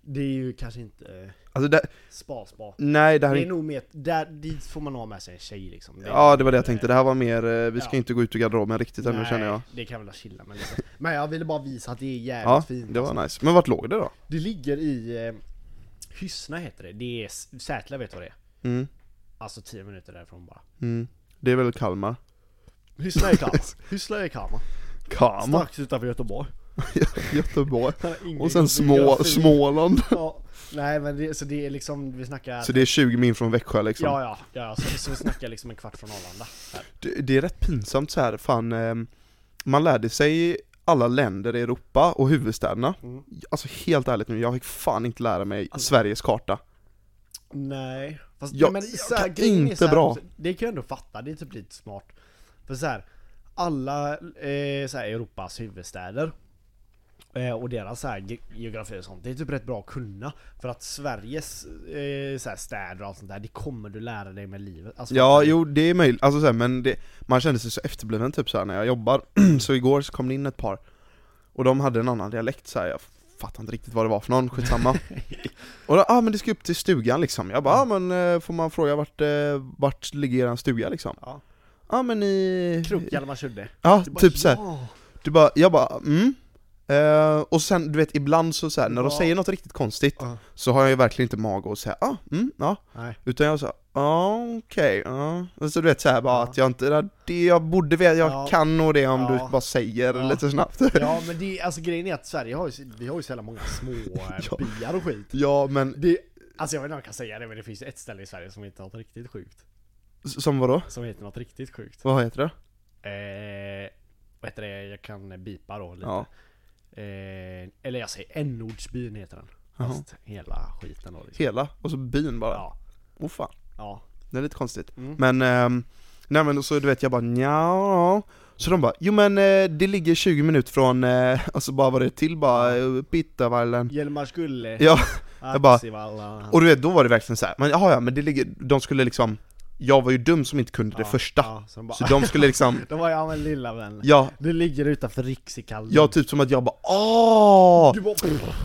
Speaker 1: Det är ju kanske inte eh,
Speaker 2: Alltså det,
Speaker 1: spa-spa.
Speaker 2: nej det här
Speaker 1: Det
Speaker 2: är
Speaker 1: är nog mer, där, dit får man ha med sig en tjej liksom.
Speaker 2: Ja det var det jag tänkte, det här var mer, eh, vi ska
Speaker 1: Ja.
Speaker 2: inte gå ut ur garderoben riktigt ännu
Speaker 1: eh, Nej,
Speaker 2: känner jag
Speaker 1: det kan jag väl chilla med lite. Men jag ville bara visa att det är jävligt
Speaker 2: Ja,
Speaker 1: fint. alltså.
Speaker 2: det var nice. Men vart låg det då?
Speaker 1: Det ligger i... Eh, Hyssna heter det. Det är... S- Sätla vet du vad det är?
Speaker 2: Mm,
Speaker 1: Alltså 10 minuter därifrån bara.
Speaker 2: mm. Det är väl Kalmar?
Speaker 1: Hyssna är
Speaker 2: <laughs>
Speaker 1: Kalmar. Hyssna är Kalmar.
Speaker 2: Kalmar?
Speaker 1: Strax utanför Göteborg.
Speaker 2: Göteborg.
Speaker 1: Ingen
Speaker 2: Och sen små,
Speaker 1: geografi.
Speaker 2: Småland.
Speaker 1: Ja, nej men det, så det är liksom, vi snackar...
Speaker 2: Så det är 20 min från Växjö liksom.
Speaker 1: Ja, ja, ja, så, så vi snackar liksom en kvart från Arlanda. Här.
Speaker 2: Det, det är rätt pinsamt så här, fan. ehm, Man lärde sig alla länder i Europa och huvudstäderna.
Speaker 1: Mm. Alltså,
Speaker 2: Alltså helt ärligt nu, jag fick fan inte lära mig Sveriges karta.
Speaker 1: Nej, fast
Speaker 2: Jag-
Speaker 1: men
Speaker 2: jag
Speaker 1: så här,
Speaker 2: kan
Speaker 1: grejen är
Speaker 2: inte
Speaker 1: så här, alltså,
Speaker 2: bra.
Speaker 1: Det kan jag ändå fatta, det är typ lite smart. För så här, alla eh, så här, Europas huvudstäder eh, och deras så här, ge- geografi och sånt, det är typ rätt bra att kunna. För att Sveriges eh, så här, städer och allt sånt där, det kommer du lära dig med livet. Alltså,
Speaker 2: Ja,
Speaker 1: fattar du?
Speaker 2: jo det är möjligt, alltså så här, men det, man kände sig så efterbliven typ så här när jag jobbar. <clears throat> så igår så kom det in ett par, och de hade en annan dialekt så här. jag fattar inte riktigt vad det var för
Speaker 1: <laughs>
Speaker 2: någon, skitsamma. och då, ah men det ska upp till stugan liksom. Jag bara, ah
Speaker 1: Mm.
Speaker 2: men eh, får man fråga vart, eh, vart ligger eran stuga liksom?
Speaker 1: Ja.
Speaker 2: ah, men i...
Speaker 1: Krok Hjalmarsudde.
Speaker 2: Ja,
Speaker 1: Du bara,
Speaker 2: typ så här.
Speaker 1: ja.
Speaker 2: Du bara, jag bara, mm. Eh, och sen du vet ibland så, så här, när de
Speaker 1: Ja.
Speaker 2: säger något riktigt konstigt
Speaker 1: Ja.
Speaker 2: så har jag ju verkligen inte mag att säga ah, mm, ja
Speaker 1: Nej.
Speaker 2: Utan jag sa ah, okej, ja Alltså du vet såhär bara
Speaker 1: Ja.
Speaker 2: att jag inte, det- det jag borde veta, jag
Speaker 1: Ja.
Speaker 2: kan nog det om
Speaker 1: Ja.
Speaker 2: du bara säger
Speaker 1: Ja.
Speaker 2: lite snabbt <laughs>
Speaker 1: Ja men det, alltså grejen är att Sverige har ju, vi har ju så jävla många små eh,
Speaker 2: <laughs> Ja.
Speaker 1: byar och skit.
Speaker 2: Ja men,
Speaker 1: Det, alltså jag vet inte om jag kan säga det men det finns ett ställe i Sverige som inte har något riktigt sjukt.
Speaker 2: s- som vadå?
Speaker 1: Som heter något riktigt sjukt.
Speaker 2: Vad heter det?
Speaker 1: Eh, vad heter det? Jag kan bipa då lite.
Speaker 2: Ja,
Speaker 1: Eh, eller jag säger N-ordsbyn heter den.
Speaker 2: Jaha.
Speaker 1: Fast hela skiten då liksom.
Speaker 2: hela, och så byn bara,
Speaker 1: Ja,
Speaker 2: oh fan
Speaker 1: ja.
Speaker 2: Det är lite konstigt.
Speaker 1: Mm.
Speaker 2: Men, ehm, nej men så du vet jag bara nja. Så de bara, jo men eh, det ligger 20 minuter från, eh, <laughs> och så bara var det till bara, eh, Pittavallen.
Speaker 1: Hjälmarskulle,
Speaker 2: Ja, bara-
Speaker 1: Axivalla.
Speaker 2: och du vet då var det verkligen så här, men jaha ja men det ligger, de skulle liksom, jag var ju dum som inte kunde det
Speaker 1: Ja,
Speaker 2: första.
Speaker 1: Ja, så de bara, <laughs>
Speaker 2: Så de skulle liksom,
Speaker 1: de bara ja men lilla vän.
Speaker 2: ja,
Speaker 1: Du ligger utanför Riksikallen.
Speaker 2: ja typ som att jag bara åh!
Speaker 1: Du bara...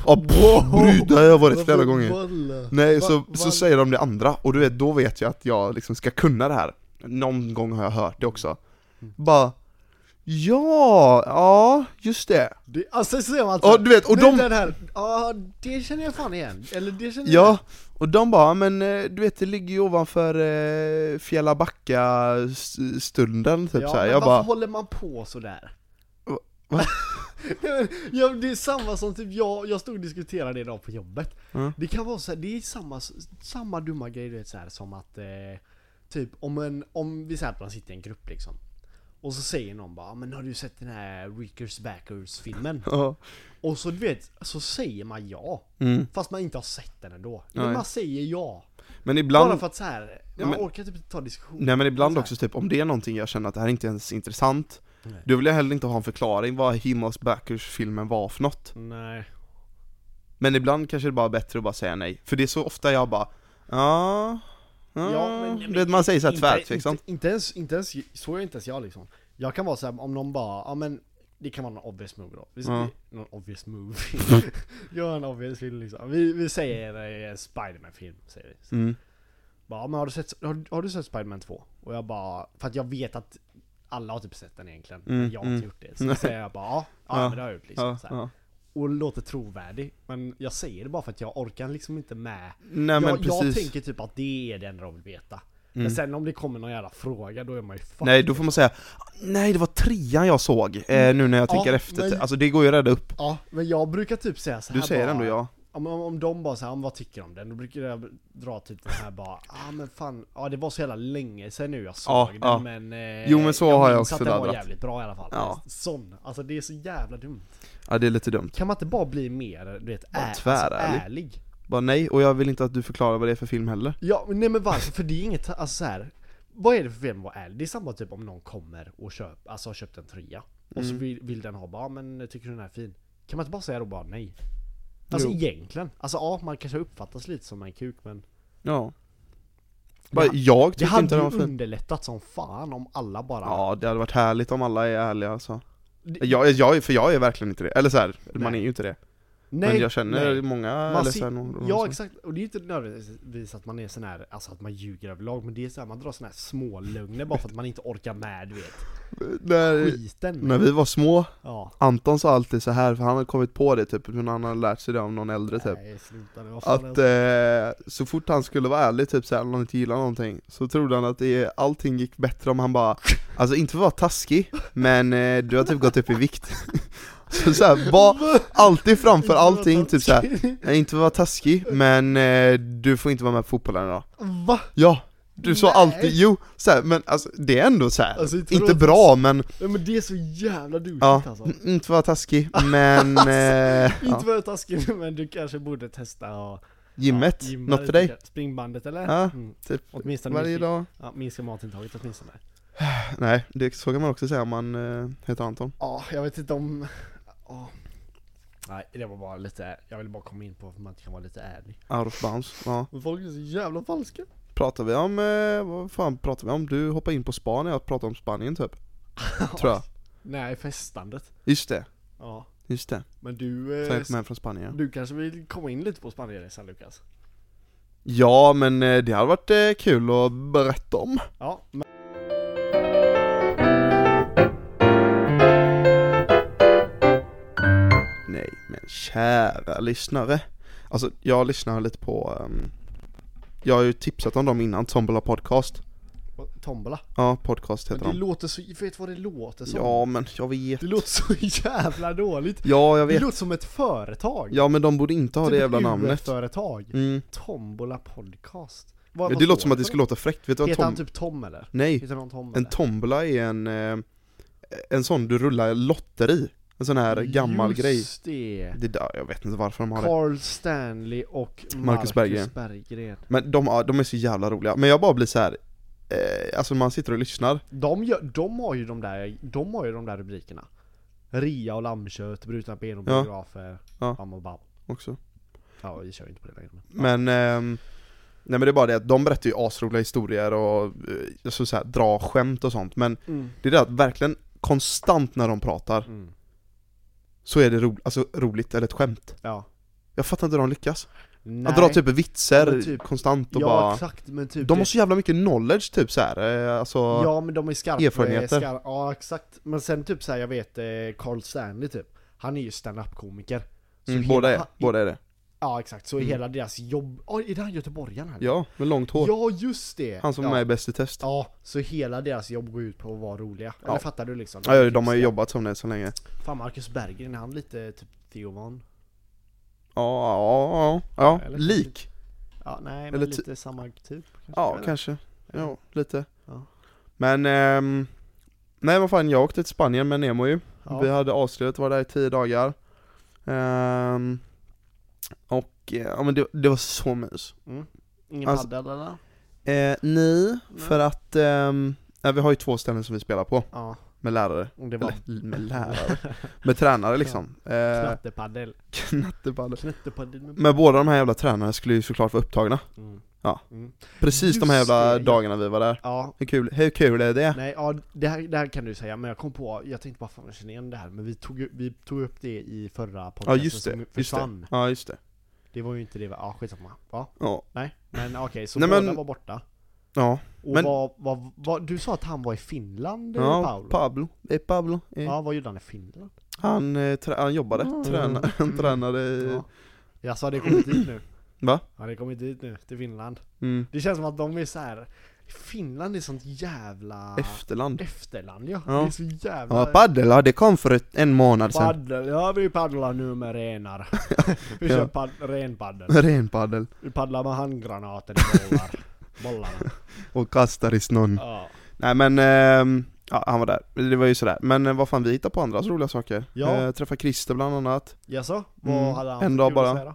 Speaker 2: Ja, brud, det har jag varit flera gånger.
Speaker 1: Valla.
Speaker 2: Nej,
Speaker 1: Va-
Speaker 2: så,
Speaker 1: va-
Speaker 2: så säger de det andra, och du vet då vet jag att jag liksom ska kunna det här. Någon gång har jag hört det också.
Speaker 1: Mm.
Speaker 2: Bara, ja, ja, just det.
Speaker 1: Det, alltså så ser man alltså.
Speaker 2: Ja, du vet, och
Speaker 1: nu
Speaker 2: de-
Speaker 1: Den här, ja det känner jag fan igen. Eller det känner jag
Speaker 2: Ja, och de bara, men eh, du vet det ligger ju ovanför eh, Fjällabacka-stunden typ
Speaker 1: ja,
Speaker 2: så här.
Speaker 1: men
Speaker 2: Jag
Speaker 1: varför
Speaker 2: bara,
Speaker 1: håller man på sådär?
Speaker 2: Va-
Speaker 1: Nej, men, <laughs> ja, det är samma som typ jag, jag stod och diskuterade det idag på jobbet
Speaker 2: Mm.
Speaker 1: Det kan vara så här, det är samma, samma dumma grej du vet så här, som att eh, Typ om en, om vi säger att man sitter i en grupp liksom Och så säger någon bara "Ah, men har du sett den här Reekers Backers
Speaker 2: <laughs>
Speaker 1: filmen?
Speaker 2: ja.
Speaker 1: och så du vet, så säger man ja
Speaker 2: Mm.
Speaker 1: Fast man inte har sett den ändå Men
Speaker 2: Nej.
Speaker 1: man säger ja
Speaker 2: Men ibland,
Speaker 1: Bara för att så här, man
Speaker 2: men-
Speaker 1: orkar typ inte ta diskussion
Speaker 2: nej men ibland
Speaker 1: så här.
Speaker 2: också typ om det är någonting jag känner att det här är inte ens intressant
Speaker 1: Nej.
Speaker 2: Då vill jag heller inte ha en förklaring vad Himmels Backers-filmen var för något
Speaker 1: Nej
Speaker 2: Men ibland kanske det bara är bättre att bara säga nej, för det är så ofta jag bara, ja, ja, du vet man säger såhär
Speaker 1: inte-
Speaker 2: tvärtveksamt
Speaker 1: Inte, inte, ens, inte ens, så är inte ens jag liksom. Jag kan vara så här, om någon bara, ja men det kan vara någon obvious move då. Vi,
Speaker 2: Ja.
Speaker 1: Någon obvious
Speaker 2: <laughs>
Speaker 1: move. Gör en obvious film liksom. Vi, vi säger eh, Spiderman film, säger vi. Så
Speaker 2: mm.
Speaker 1: Bara, ja, men har du sett, har, har du sett Spiderman 2? Och jag bara, för att jag vet att alla har typ sett den egentligen, men
Speaker 2: Mm,
Speaker 1: jag har inte
Speaker 2: mm.
Speaker 1: gjort det. Så säger jag bara, ja, ja,
Speaker 2: Ja,
Speaker 1: men det har jag gjort liksom.
Speaker 2: ja,
Speaker 1: så här.
Speaker 2: ja.
Speaker 1: och låter trovärdig. Men jag säger det bara för att jag orkar liksom inte med.
Speaker 2: Nej men
Speaker 1: jag, jag
Speaker 2: precis.
Speaker 1: tänker typ att det är det enda de vill veta.
Speaker 2: Mm.
Speaker 1: Men sen om det kommer någon jävla fråga då är man ju fucked.
Speaker 2: Nej, då får man säga Nej, det var trean jag såg, eh, nu när jag
Speaker 1: Mm. Ja,
Speaker 2: tänker efter.
Speaker 1: men-
Speaker 2: Alltså det går ju att rädda upp.
Speaker 1: Ja, men jag brukar typ säga så här
Speaker 2: Du säger
Speaker 1: bara,
Speaker 2: ändå ja.
Speaker 1: Om, om, om de bara säger vad tycker du om den? Då brukar jag dra typ den här bara, ah men fan, ja det var så jävla länge sedan nu jag såg
Speaker 2: Ja,
Speaker 1: den
Speaker 2: ja.
Speaker 1: men... Eh,
Speaker 2: Jo, men så har jag
Speaker 1: minns
Speaker 2: också
Speaker 1: att den var
Speaker 2: laddrat.
Speaker 1: jävligt bra i alla fall.
Speaker 2: Ja.
Speaker 1: Sån, alltså det är så jävla dumt.
Speaker 2: Ja, det är lite dumt.
Speaker 1: Kan man inte bara bli mer, du vet,
Speaker 2: Bara
Speaker 1: ä-
Speaker 2: tvärärlig.
Speaker 1: Alltså, ärlig?
Speaker 2: Bara nej, och jag vill inte att du förklarar vad det är för film heller.
Speaker 1: Ja, men nej men varför? För det är inget, alltså så här. Vad är det för fel med att vara ärlig? Det är samma typ om någon kommer och köp, alltså har köpt en tröja. Och
Speaker 2: Mm.
Speaker 1: så vill, vill den ha bara, "Ah, men tycker du den här är fin? Kan man inte bara säga då bara nej? Alltså
Speaker 2: Jo.
Speaker 1: egentligen. Alltså ja, man kanske uppfattas lite som en kuk men
Speaker 2: Ja. Bara,
Speaker 1: Det-
Speaker 2: jag
Speaker 1: Det
Speaker 2: tyckte inte
Speaker 1: hade
Speaker 2: den
Speaker 1: ju
Speaker 2: var fin.
Speaker 1: underlättat som fan om alla bara...
Speaker 2: Ja, det hade varit härligt om alla är ärliga alltså.
Speaker 1: Det-
Speaker 2: Jag, jag, för jag är verkligen inte det. Eller så här, man är
Speaker 1: Nej.
Speaker 2: ju inte det.
Speaker 1: nej,
Speaker 2: men jag känner
Speaker 1: nej.
Speaker 2: många,
Speaker 1: Man
Speaker 2: eller så här,
Speaker 1: sit-
Speaker 2: någon, någon
Speaker 1: Ja
Speaker 2: som-
Speaker 1: exakt, och det är ju inte nödvändigtvis att man är sån här, alltså att man ljuger överlag Men det är så här, man drar såna här små lögner bara för att man inte orkar med du vet
Speaker 2: När,
Speaker 1: skiten
Speaker 2: Eh, när vi var små,
Speaker 1: Ja,
Speaker 2: Anton sa alltid så här för han hade kommit på det typ, men han hade lärt sig det av någon äldre typ.
Speaker 1: nej sluta nu, vad fan
Speaker 2: Att
Speaker 1: är det?
Speaker 2: eh, så fort han skulle vara ärlig, typ såhär, om han inte gillade någonting Så trodde han att det, allting gick bättre om
Speaker 1: <laughs>
Speaker 2: han bara Alltså inte för att vara taskig, men eh, du har typ gått upp i vikt <laughs>
Speaker 1: <laughs>
Speaker 2: Så såhär, var alltid framför allting, typ såhär "Nej, Inte för att vara taskig, men eh, du får inte vara med på fotbollen idag
Speaker 1: Va?
Speaker 2: Ja! Du sa
Speaker 1: Nej.
Speaker 2: alltid, jo! Såhär, men alltså det är ändå såhär,
Speaker 1: Alltså, inte
Speaker 2: inte,
Speaker 1: för att-
Speaker 2: bra men,
Speaker 1: Ja, men det är så jävla douchigt
Speaker 2: ja,
Speaker 1: alltså
Speaker 2: n- inte för att vara taskig, men
Speaker 1: <laughs>
Speaker 2: eh,
Speaker 1: Inte
Speaker 2: ja.
Speaker 1: för att vara taskig men du kanske borde testa och...
Speaker 2: Gymmet,
Speaker 1: ja, gymma
Speaker 2: något
Speaker 1: lite
Speaker 2: för dig?
Speaker 1: grann. Springbandet eller?
Speaker 2: Ja,
Speaker 1: Mm.
Speaker 2: typ
Speaker 1: Åtminstone
Speaker 2: Varje
Speaker 1: minska-
Speaker 2: dag
Speaker 1: Ja, minska matintaget åtminstone
Speaker 2: Nej, det så kan man också säga om man eh, heter Anton.
Speaker 1: Ja, jag vet inte om... Ja. Nej, det var bara lite... Jag ville bara komma in på varför man inte kan vara lite ärlig.
Speaker 2: Out of bounds. Ja.
Speaker 1: Men folk är så jävla falska.
Speaker 2: Pratar vi om, eh, vad fan pratar vi om? Du hoppar in på Spanien, jag pratar om Spanien typ. Tror jag.
Speaker 1: Nej, festandet.
Speaker 2: Just det,
Speaker 1: Ja.
Speaker 2: just det.
Speaker 1: Men du...
Speaker 2: Sen
Speaker 1: Eh,
Speaker 2: jag kom hem från Spanien. ja.
Speaker 1: du kanske vill komma in lite på Spanienresan Lukas?
Speaker 2: Ja, men eh, det hade varit eh, kul att berätta om.
Speaker 1: Ja, men...
Speaker 2: Nej, men kära lyssnare. Alltså, jag lyssnar lite på, ehm, jag har ju tipsat om dem innan, Tombola Podcast.
Speaker 1: Tombola.
Speaker 2: Ja, podcast
Speaker 1: Men
Speaker 2: heter
Speaker 1: det
Speaker 2: de.
Speaker 1: låter så... Vet du vad det låter som?
Speaker 2: Ja, men jag vet.
Speaker 1: Det låter så jävla dåligt.
Speaker 2: Ja, jag
Speaker 1: Det
Speaker 2: vet.
Speaker 1: låter som ett företag.
Speaker 2: Ja, men de borde inte ha det
Speaker 1: Typ
Speaker 2: jävla
Speaker 1: ett
Speaker 2: namnet.
Speaker 1: UF-företag.
Speaker 2: Mm.
Speaker 1: Tombola podcast.
Speaker 2: Ja, det låter som att det skulle låta fräckt, vet du vad en
Speaker 1: Heter han
Speaker 2: tom...
Speaker 1: typ Tom eller?
Speaker 2: Nej,
Speaker 1: Heter någon Tom
Speaker 2: en tombola är en, eh, en sån du rullar lotter i En sån här gammal
Speaker 1: Just
Speaker 2: grej
Speaker 1: det.
Speaker 2: Det där, jag vet inte varför de har det
Speaker 1: Carl Stanley och Marcus,
Speaker 2: Berggren.
Speaker 1: Berggren.
Speaker 2: Men de, ja, de är så jävla roliga, men jag bara blir så här. Eh, alltså man sitter och lyssnar
Speaker 1: De, gör, de, har ju de, där, de har ju de där rubrikerna. Ria och lammkött, brutna ben och
Speaker 2: Ja.
Speaker 1: biografer,
Speaker 2: Ja.
Speaker 1: bam och bam.
Speaker 2: också
Speaker 1: Ja, vi kör ju inte på det längre. men-
Speaker 2: Men, ehm, nej men det är bara det att de berättar ju asroliga historier och eh, alltså så här, dra skämt och sånt Men
Speaker 1: Mm.
Speaker 2: det är det att verkligen konstant när de pratar
Speaker 1: Mm.
Speaker 2: så är det ro, alltså, roligt, eller ett skämt
Speaker 1: Ja.
Speaker 2: Jag fattar inte hur de lyckas
Speaker 1: Nej.
Speaker 2: Att dra typ vitser
Speaker 1: Men typ-
Speaker 2: konstant och
Speaker 1: ja,
Speaker 2: bara
Speaker 1: exakt, men typ
Speaker 2: De
Speaker 1: det-
Speaker 2: har så jävla mycket knowledge typ så här. eh, alltså
Speaker 1: Ja men de är skarpa,
Speaker 2: Erfarenheter.
Speaker 1: Skarp, ja exakt. Men sen typ såhär, jag vet eh, Carl Stanley typ. Han är ju stand-up komiker. Så
Speaker 2: mm,
Speaker 1: hela-
Speaker 2: båda, är,
Speaker 1: han-
Speaker 2: båda är det.
Speaker 1: Ja exakt, så hela deras jobb... Oh, är det han göteborgaren? här?
Speaker 2: Ja, med långt hår.
Speaker 1: ja just det!
Speaker 2: Han som
Speaker 1: ja.
Speaker 2: är med i Bäst i test.
Speaker 1: Ja, så hela deras jobb går ut på att vara roliga.
Speaker 2: Ja.
Speaker 1: Eller fattar du liksom?
Speaker 2: Ja, ja, de har ju jobbat som det så länge.
Speaker 1: Fan Marcus Berggren, är han lite typ Theo Von?
Speaker 2: Ja, ja, ja, ja.
Speaker 1: Eller- typ.
Speaker 2: lik.
Speaker 1: Ja, nej men
Speaker 2: Eller ty-
Speaker 1: lite samma typ. kanske. Jag
Speaker 2: Ja,
Speaker 1: vet
Speaker 2: kanske. Ja, lite.
Speaker 1: Ja.
Speaker 2: Men, ehm, nej vad fan, jag åkte till Spanien med Nemo ju.
Speaker 1: Ja.
Speaker 2: Vi hade avslutat, var där i tio dagar. Ehm, och, eh, ja men det, det var så mys.
Speaker 1: inte. Ingen
Speaker 2: alltså-
Speaker 1: padel eller?
Speaker 2: Eh, nej,
Speaker 1: Mm.
Speaker 2: för att, ehm, nej, vi har ju två ställen som vi spelar på,
Speaker 1: Ja,
Speaker 2: med lärare.
Speaker 1: om det var
Speaker 2: Eller,
Speaker 1: <laughs>
Speaker 2: med lärare. med tränare liksom. Eh, <laughs>
Speaker 1: knattepadel.
Speaker 2: knatteballe.
Speaker 1: Knattepadel med...
Speaker 2: Men båda de här jävla tränarna skulle ju såklart vara upptagna.
Speaker 1: Mm.
Speaker 2: Ja.
Speaker 1: Mm.
Speaker 2: Precis de
Speaker 1: Just
Speaker 2: här jävla
Speaker 1: det, ja.
Speaker 2: dagarna vi var där.
Speaker 1: Ja,
Speaker 2: Hur kul, hur kul är det?
Speaker 1: <laughs> Nej, ja, det, här, det här kan du säga, men jag kom på, jag tänkte bara fan jag känner igen det här, men vi tog, ju- vi tog upp det i förra
Speaker 2: Ja
Speaker 1: podcasten
Speaker 2: just det,
Speaker 1: som
Speaker 2: just
Speaker 1: försvann.
Speaker 2: det.
Speaker 1: Det.
Speaker 2: Ja just det.
Speaker 1: var ju inte det, ja skitsamma. Ja,
Speaker 2: Ja.
Speaker 1: nej, men okej, så
Speaker 2: Nej,
Speaker 1: båda
Speaker 2: men-
Speaker 1: var borta.
Speaker 2: Ja,
Speaker 1: Och
Speaker 2: men-
Speaker 1: vad, vad, vad, du sa att han var i Finland, eh,
Speaker 2: ja
Speaker 1: Paolo?
Speaker 2: Pablo. Det är Pablo. Eh,
Speaker 1: Ja, vad gjorde han i Finland?
Speaker 2: Han, eh, trä- han jobbade,
Speaker 1: Mm.
Speaker 2: tränade, <laughs> han tränade i...
Speaker 1: Ja. Jag sa det kommit dit nu.
Speaker 2: Eh. <clears throat> Va?
Speaker 1: Ja, det kommit dit nu, till Finland.
Speaker 2: Mm.
Speaker 1: Det känns som att de är så här. Finland är sånt jävla
Speaker 2: Efterland.
Speaker 1: efterland ja.
Speaker 2: Ja.
Speaker 1: Det är så jävla...
Speaker 2: Ja, paddel, ja, det kom för ett, en månad sedan.
Speaker 1: Paddel, ja vi paddlar nu med
Speaker 2: <laughs>
Speaker 1: renar. vi
Speaker 2: Ja.
Speaker 1: kör pad, renpaddel.
Speaker 2: <laughs> Ren paddel.
Speaker 1: Vi paddlar med handgranater i bollar.
Speaker 2: <laughs> Mm.
Speaker 1: Bollarna.
Speaker 2: Och kastar i snön.
Speaker 1: Ja.
Speaker 2: Nej men, ehm, ja, han var där. Det var ju sådär. Men eh, vad fan, vi hittar på andra roliga saker.
Speaker 1: Ja.
Speaker 2: Eh, träffa Christer bland annat.
Speaker 1: Jaså? Vad
Speaker 2: Mm.
Speaker 1: hade han
Speaker 2: En
Speaker 1: för
Speaker 2: dag
Speaker 1: kul
Speaker 2: bara.
Speaker 1: att säga då?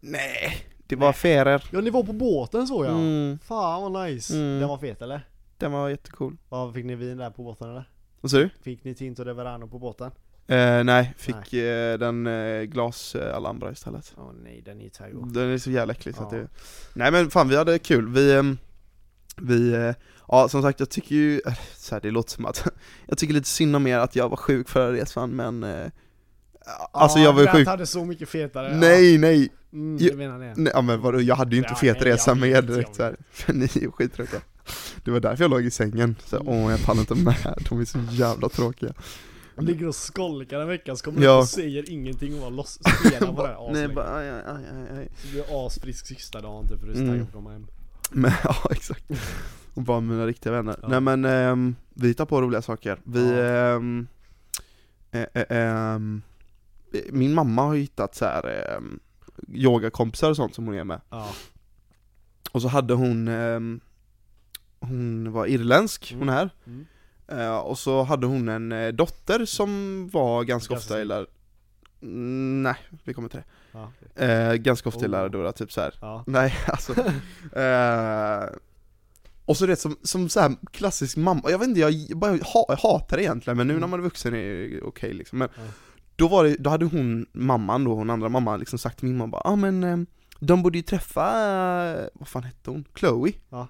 Speaker 2: Nej, det var affärer.
Speaker 1: Ja ni var på båten såg jag.
Speaker 2: Mm,
Speaker 1: Fan vad nice.
Speaker 2: Mm.
Speaker 1: Den var fet eller?
Speaker 2: den var jättecool.
Speaker 1: Vad fick ni vin där på båten eller?
Speaker 2: Vad säger du?
Speaker 1: Fick ni Tinto de Verano på båten?
Speaker 2: Eh, nej, fick Eh, den eh, glas eh, Alhambra istället.
Speaker 1: Åh nej, den är tajo.
Speaker 2: Den är så jävla äcklig så att
Speaker 1: Ja.
Speaker 2: det... Nej men fan vi hade kul, vi, ehm, vi eh, Ja som sagt jag tycker ju, eh, så här, det låter som att <laughs> Jag tycker lite synd om er att jag var sjuk förra resan men eh, Alltså
Speaker 1: Ja,
Speaker 2: jag var ju
Speaker 1: Grant
Speaker 2: sjuk,
Speaker 1: hade så mycket fetare. ja.
Speaker 2: nej nej,
Speaker 1: Mm,
Speaker 2: ju-
Speaker 1: det menar ni.
Speaker 2: nej ja, men vadå, jag hade ju inte
Speaker 1: Ja,
Speaker 2: fet
Speaker 1: nej,
Speaker 2: resa
Speaker 1: jag
Speaker 2: med
Speaker 1: vet,
Speaker 2: er
Speaker 1: jag
Speaker 2: direkt så här. <laughs> för ni är ju skittrötta Det var därför jag låg i sängen, så här, åh jag pallar inte med, de är så jävla tråkiga
Speaker 1: Han ligger och skolkar en vecka, så kommer
Speaker 2: Ja.
Speaker 1: ja. och säger ingenting och bara loss spelar på det här
Speaker 2: <laughs> Nej
Speaker 1: aslänge.
Speaker 2: bara, aj, aj, aj, aj, aj.
Speaker 1: Så blir jag asfrisk sista dagen typ, för du är så
Speaker 2: Mm.
Speaker 1: taggad på att komma hem.
Speaker 2: Men, <laughs> ja exakt. Och bara mina riktiga vänner.
Speaker 1: Ja.
Speaker 2: Nej men ehm, vi hittar på roliga saker. Vi,
Speaker 1: Ja.
Speaker 2: ehm, eh, eh, ehm, min mamma har ju hittat så här ehm, yogakompisar och sånt som hon är med.
Speaker 1: Ja.
Speaker 2: Och så hade hon, ehm, hon var irländsk,
Speaker 1: Mm.
Speaker 2: hon är.
Speaker 1: Mm.
Speaker 2: Eh, och så hade hon en eh, dotter som var
Speaker 1: Ganska
Speaker 2: ganska ofta i
Speaker 1: snygg.
Speaker 2: lär... Mm, nej, vi kommer till
Speaker 1: Ja.
Speaker 2: det. Eh, ganska ofta i
Speaker 1: Oh.
Speaker 2: läradora, typ så här.
Speaker 1: ja.
Speaker 2: Nej, <laughs> alltså. eh, och så det som, som så här klassisk mamma, jag vet inte, jag, bara, ha, jag hatar det egentligen men nu när man är vuxen är det okej liksom. Men
Speaker 1: Mm. Ja.
Speaker 2: då, var det, då hade hon, mamman då, hon andra mamman liksom sagt till min mamma bara, ah, men eh, de borde ju träffa, eh, vad fan hette hon? Chloe?
Speaker 1: Ja.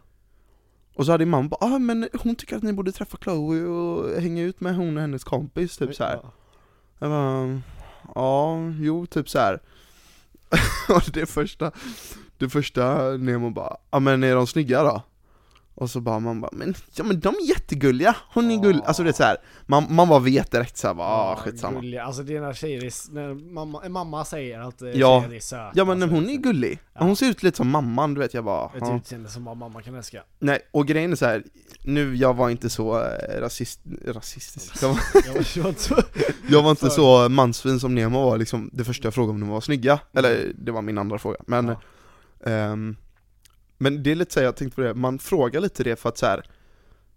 Speaker 2: Och så hade min mamma bara, ah, men hon tycker att ni borde träffa Chloe och hänga ut med hon och hennes kompis typ så här.
Speaker 1: Ja.
Speaker 2: Jag bara, Ehm, ja, jo, typ så här. <laughs> Och det första, det första Nemo bara, ja men är de snygga då? Och så bara man bara, men, ja men de är jättegulliga, hon är gullig, alltså det är så här. Man, man bara vet direkt såhär, ah
Speaker 1: Ja,
Speaker 2: skitsamma
Speaker 1: gulliga. Alltså det är när tjejer är, s- när mamma, en mamma säger att eh,
Speaker 2: Ja.
Speaker 1: tjejer är söta.
Speaker 2: Ja men
Speaker 1: så-
Speaker 2: hon är gullig,
Speaker 1: Ja.
Speaker 2: hon ser ut lite som mamman, du vet jag bara
Speaker 1: Ett
Speaker 2: ja.
Speaker 1: utseende som bara mamma kan älska.
Speaker 2: Nej, och grejen är så här. nu, jag var inte så eh, rasist, rasistisk jag var,
Speaker 1: Jag var 22.
Speaker 2: jag var inte så mansvin som Nemo var liksom, det första jag frågade om de var snygga, eller det var min andra fråga, men
Speaker 1: Ja.
Speaker 2: Ehm, men det är lite så här, jag tänkte på det, man frågar lite det för att så här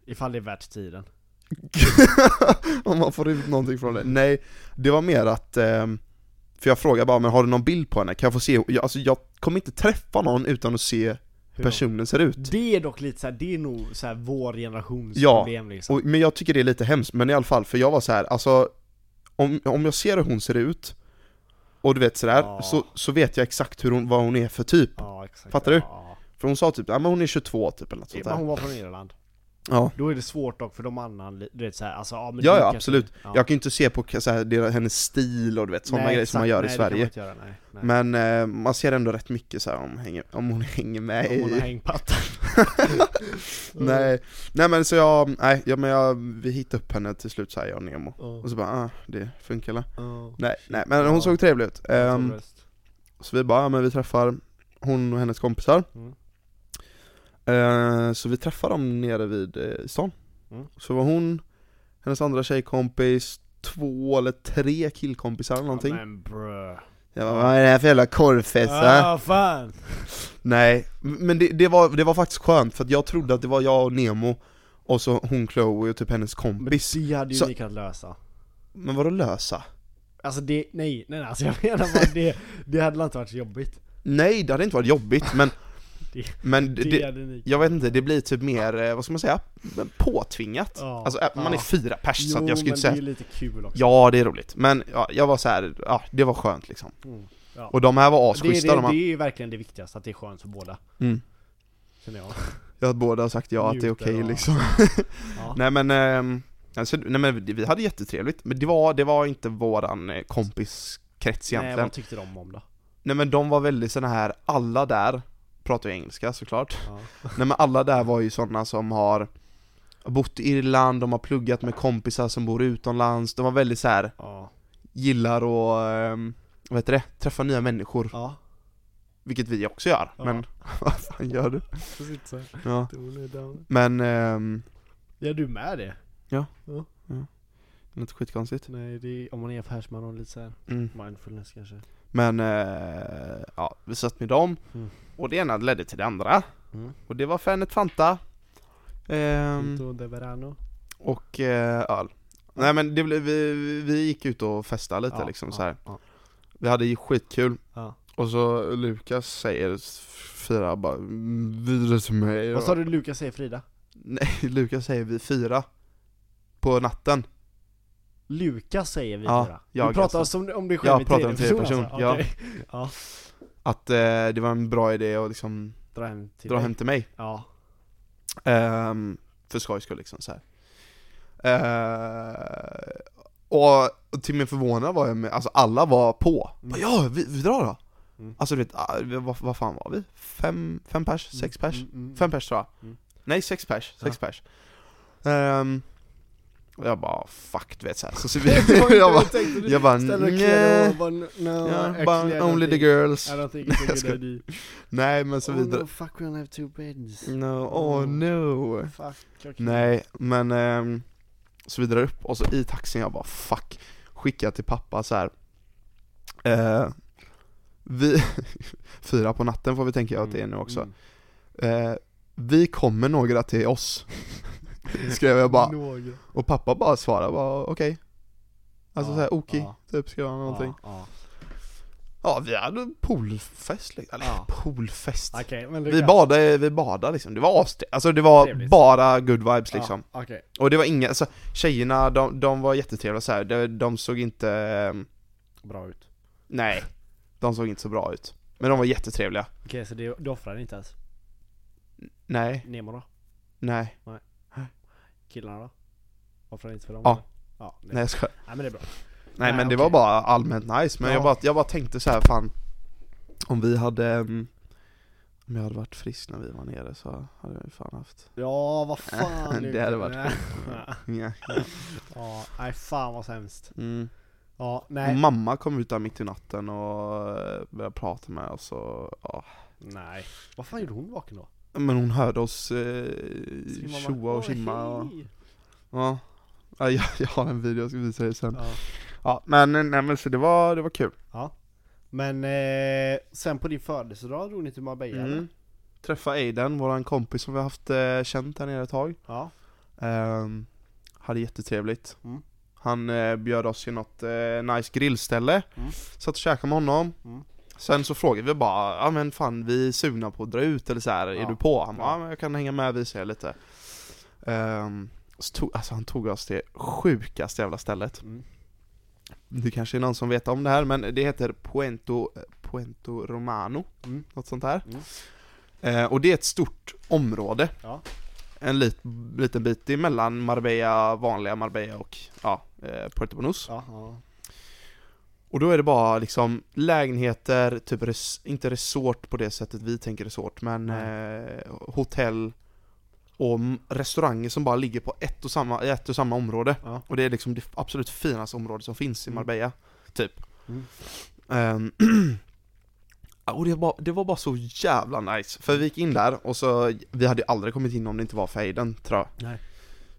Speaker 1: Ifall det är värt tiden.
Speaker 2: om man får ut någonting från det. Nej, det var mer att, ehm, för jag frågade bara, men har du någon bild på henne? Kan jag få se? Jag, alltså, jag kommer inte träffa någon utan att se
Speaker 1: Hur
Speaker 2: personen ser ut.
Speaker 1: Det är dock lite såhär, det är nog såhär vår generations
Speaker 2: Ja,
Speaker 1: problem liksom.
Speaker 2: Och, men jag tycker det är lite hemskt, men i alla fall, för jag var så här, alltså om, om jag ser hur hon ser ut, och du vet sådär,
Speaker 1: Ja.
Speaker 2: så, så vet jag exakt hur hon, vad hon är för typ.
Speaker 1: ja, exakt.
Speaker 2: Fattar du?
Speaker 1: Ja.
Speaker 2: För hon sa typ, ja men hon är 22 typ eller något sånt
Speaker 1: Men
Speaker 2: där.
Speaker 1: hon var från Irland.
Speaker 2: Ja.
Speaker 1: Då är det svårt dock för de annan, du vet såhär, alltså ja men
Speaker 2: Ja,
Speaker 1: du
Speaker 2: ja,
Speaker 1: kan-
Speaker 2: absolut.
Speaker 1: ja.
Speaker 2: Jag kan ju inte se på så här, deras- hennes stil och du vet, sådana
Speaker 1: Nej,
Speaker 2: grejer
Speaker 1: exakt.
Speaker 2: som man gör i
Speaker 1: Nej, det kan man
Speaker 2: Sverige.
Speaker 1: inte göra, nej, nej.
Speaker 2: Men eh, man ser ändå rätt mycket så här om, hänger, om hon <laughs> hänger med
Speaker 1: Om hon har
Speaker 2: i...
Speaker 1: hängpatta.
Speaker 2: <laughs> Nej, nej men så jag, nej, ja, men jag, vi hittade upp henne till slut så här, jag och Nemo.
Speaker 1: Ja.
Speaker 2: Och så bara, ah, det funkar eller?
Speaker 1: Ja.
Speaker 2: Nej, nej, men hon
Speaker 1: Ja.
Speaker 2: såg trevlig ut. Ehm,
Speaker 1: Torrest.
Speaker 2: så vi bara, ja, men vi träffar hon och hennes kompisar.
Speaker 1: Mm.
Speaker 2: Eh, så vi träffade dem nere vid eh, stan.
Speaker 1: Mm.
Speaker 2: Så var hon, hennes andra tjejkompis, två eller tre killkompisar eller någonting.
Speaker 1: Ja, men brö.
Speaker 2: Jag bara, vad är det här för jävla korvfest? va?"
Speaker 1: ah, fan!
Speaker 2: Nej, men det, det, var, det var faktiskt skönt för att jag trodde att det var jag och Nemo och så hon Chloe och typ hennes
Speaker 1: Men
Speaker 2: kompis.
Speaker 1: det hade ju
Speaker 2: Så-
Speaker 1: ni kunnat lösa.
Speaker 2: Men vadå lösa?
Speaker 1: Alltså det, nej, nej, nej alltså jag menar bara det, det hade inte varit så jobbigt.
Speaker 2: Nej, det hade inte varit jobbigt men,
Speaker 1: <laughs> Det-
Speaker 2: men
Speaker 1: Det,
Speaker 2: det, det,
Speaker 1: hade ni.
Speaker 2: jag vet inte, det blir typ mer, eh, vad ska man säga, påtvingat.
Speaker 1: Ja,
Speaker 2: Alltså ä- man är
Speaker 1: ja.
Speaker 2: fyra pers så att jag skulle
Speaker 1: men
Speaker 2: inte säga
Speaker 1: det är lite kul också.
Speaker 2: Ja, det är roligt. Men ja, jag var så här, ja, det var skönt liksom.
Speaker 1: Mm, ja.
Speaker 2: Och de här var
Speaker 1: det, är-
Speaker 2: asschyssta,
Speaker 1: det,
Speaker 2: de här.
Speaker 1: det är ju verkligen det viktigaste, att det är skönt för båda.
Speaker 2: Mm.
Speaker 1: Känner jag.
Speaker 2: Jag båda har sagt ja, att det är
Speaker 1: Njuter
Speaker 2: okej
Speaker 1: och-
Speaker 2: liksom. <laughs>
Speaker 1: Ja.
Speaker 2: Nej men, ehm, alltså, nej men vi hade jättetrevligt, men det var, det var inte våran eh, kompiskrets egentligen.
Speaker 1: Nej,
Speaker 2: Nej,
Speaker 1: vad tyckte de om då?
Speaker 2: men de var väldigt såna här, alla där pratar ju engelska såklart. <laughs>
Speaker 1: Ja.
Speaker 2: nej men alla där var ju såna som har har bott i Irland, de har pluggat med kompisar som bor utomlands, de var väldigt så här
Speaker 1: Ja.
Speaker 2: gillar och, ehm, vad heter det, träffa nya människor,
Speaker 1: Ja.
Speaker 2: vilket vi också gör,
Speaker 1: Ja.
Speaker 2: men <laughs> vad fan gör du?
Speaker 1: Precis så.
Speaker 2: Ja.
Speaker 1: Don't let down.
Speaker 2: Men, ehm,
Speaker 1: Ja du med det?
Speaker 2: något skitkonstigt.
Speaker 1: Nej, det är, om man är affärsman och lite såhär
Speaker 2: Mm.
Speaker 1: mindfulness kanske.
Speaker 2: Men, eh, ja, vi satt med dem,
Speaker 1: Mm.
Speaker 2: och det ena ledde till det andra,
Speaker 1: Mm.
Speaker 2: och det var Fanet Fanta, ehm,
Speaker 1: Pinto de Verano.
Speaker 2: och eh, öl. Nej men det blev, vi, vi gick ut och festade lite
Speaker 1: Ja,
Speaker 2: liksom
Speaker 1: ja,
Speaker 2: så här.
Speaker 1: ja.
Speaker 2: Vi hade ju skitkul,
Speaker 1: Ja.
Speaker 2: och så Lukas säger, fyra bara, "Mm, vidare till mig
Speaker 1: Vad sa du Lukas säger Frida?
Speaker 2: Nej, Lukas säger vi fyra På natten
Speaker 1: Lukas säger vi
Speaker 2: Ja,
Speaker 1: fyra.
Speaker 2: jag
Speaker 1: du pratar
Speaker 2: alltså.
Speaker 1: som om du själv i
Speaker 2: Jag
Speaker 1: alltså.
Speaker 2: pratar om tredje person, ja.
Speaker 1: okej. ja.
Speaker 2: Att eh, det var en bra idé att liksom
Speaker 1: Dra hem till
Speaker 2: dra
Speaker 1: dig.
Speaker 2: hem till mig
Speaker 1: Ja.
Speaker 2: Ehm, För skojs skull liksom så här. Eh, Och till min förvånan var jag med, alltså alla var på
Speaker 1: Mm.
Speaker 2: Ja, vi, vi drar då!
Speaker 1: Mm.
Speaker 2: Alltså du vet, ah, vi- vad, vad fan var vi? Fem, fem pers? Sex pers?
Speaker 1: Mm, mm, mm.
Speaker 2: Fem pers tror jag.
Speaker 1: Mm.
Speaker 2: Nej, sex pers. Sex pers. Ehm, och jag bara fuck du vet såhär. Så, så vi,
Speaker 1: Det var inte
Speaker 2: <laughs> jag
Speaker 1: vad <laughs> <laughs>
Speaker 2: bara,
Speaker 1: jag tänkte. Du
Speaker 2: jag bara
Speaker 1: ställer och
Speaker 2: nej.
Speaker 1: kläder och bara, no,
Speaker 2: Ja,
Speaker 1: actually, I
Speaker 2: bara
Speaker 1: don't
Speaker 2: only the
Speaker 1: think-
Speaker 2: girls.
Speaker 1: I don't think it's a
Speaker 2: Jag
Speaker 1: good
Speaker 2: skojar.
Speaker 1: idea.
Speaker 2: Nej men så
Speaker 1: oh
Speaker 2: vidare.
Speaker 1: no, fuck we only have two beds.
Speaker 2: No, oh
Speaker 1: Mm.
Speaker 2: no.
Speaker 1: Fuck. okej.
Speaker 2: Nej men ehm, så vidare upp och så i taxin jag bara fuck. Skickar till pappa så här. Eh, vi, <laughs> fyra på natten får vi tänka att det är nu också.
Speaker 1: Mm.
Speaker 2: Eh, vi kommer några till oss. <laughs> Skrev jag
Speaker 1: <laughs>
Speaker 2: bara.
Speaker 1: Några.
Speaker 2: Och pappa bara svarade bara okej Alltså
Speaker 1: Ja,
Speaker 2: såhär okej,
Speaker 1: ja.
Speaker 2: typ skrev han någonting
Speaker 1: Ja, ja.
Speaker 2: Ja vi hade poolfest liksom, eller
Speaker 1: Ja.
Speaker 2: poolfest
Speaker 1: Okej, men
Speaker 2: Vi
Speaker 1: Lukas.
Speaker 2: badade, vi badade liksom, det var astrevligt, alltså det var
Speaker 1: Trevligt.
Speaker 2: bara good vibes liksom
Speaker 1: Ja, Okej.
Speaker 2: Och det var inga, alltså tjejerna de, de var jättetrevliga såhär, de, de såg inte, ehm,
Speaker 1: Bra ut.
Speaker 2: nej De såg inte så bra ut Men de var jättetrevliga
Speaker 1: Okej, så det, du offrade inte ens?
Speaker 2: Nej,
Speaker 1: Nemo då?
Speaker 2: nej,
Speaker 1: Killarna då? Offrade inte för dem?
Speaker 2: Ja.
Speaker 1: eller? Ja, det,
Speaker 2: nej
Speaker 1: nej.
Speaker 2: jag skojar.
Speaker 1: men det är bra.
Speaker 2: Nej
Speaker 1: Nej,
Speaker 2: men det
Speaker 1: okej.
Speaker 2: var bara allmänt nice, men
Speaker 1: Ja.
Speaker 2: jag, bara, jag bara tänkte så här, fan Om vi hade, ehm, om jag hade varit frisk när vi var nere så hade jag ju fan haft
Speaker 1: Ja, vad fan
Speaker 2: <laughs> Det
Speaker 1: Lukas.
Speaker 2: hade varit
Speaker 1: <laughs> Nej.
Speaker 2: Ja.
Speaker 1: Ja, nej fan vad hemskt.
Speaker 2: mm.
Speaker 1: Ja,
Speaker 2: Och
Speaker 1: nej.
Speaker 2: Mamma kom ut där mitt i natten och eh, började prata med oss och, ja.
Speaker 1: Nej. Vad fan gjorde hon vaken då?
Speaker 2: Men hon hörde oss eh,
Speaker 1: Sin mamma,
Speaker 2: tjoa och
Speaker 1: "Åh,
Speaker 2: tjimma och,
Speaker 1: hej."
Speaker 2: ja. ja jag, <laughs> jag har en video, jag ska visa dig sen
Speaker 1: Ja.
Speaker 2: Ja men eh, nej men så det var, det var kul
Speaker 1: Men eh, sen på din födelsedag drog ni till Marbella
Speaker 2: mm.
Speaker 1: eller?
Speaker 2: Träffa Aiden, våran kompis som vi har haft eh, känt här nere ett tag
Speaker 1: Ja.
Speaker 2: Ehm, hade jättetrevligt.
Speaker 1: Mm.
Speaker 2: Han eh, bjöd oss till något eh, nice grillställe,
Speaker 1: Mm.
Speaker 2: satt och käkade med honom.
Speaker 1: Mm.
Speaker 2: Sen så frågade vi bara, ja men fan vi är sugna på att dra ut eller så här,
Speaker 1: Ja.
Speaker 2: är du på? Han bara,
Speaker 1: Ja.
Speaker 2: ja men jag kan hänga med och visa er lite. Ehm, så tog, alltså han tog oss till det sjukaste jävla stället.
Speaker 1: Mm.
Speaker 2: Det kanske är någon som vet om det här men det heter Puento, Puento Romano,
Speaker 1: Mm.
Speaker 2: något sånt här.
Speaker 1: Mm.
Speaker 2: Eh, och det är ett stort område
Speaker 1: Ja.
Speaker 2: en lit, liten bit emellan Marbella, vanliga Marbella och ja, eh, Puerto Banús.
Speaker 1: Ja, ja.
Speaker 2: Och då är det bara liksom lägenheter, typ res, inte resort på det sättet vi tänker resort, men eh, hotell och m- restauranger som bara ligger på ett och samma, i ett och samma område.
Speaker 1: Ja.
Speaker 2: Och det är liksom det absolut finaste området som finns i
Speaker 1: Mm.
Speaker 2: Marbella, typ.
Speaker 1: Mm.
Speaker 2: Ehm, <clears throat> ja, och det var, det var bara så jävla nice, för vi gick in där och så, vi hade ju aldrig kommit in om det inte var för Aiden, tror jag.
Speaker 1: Nej.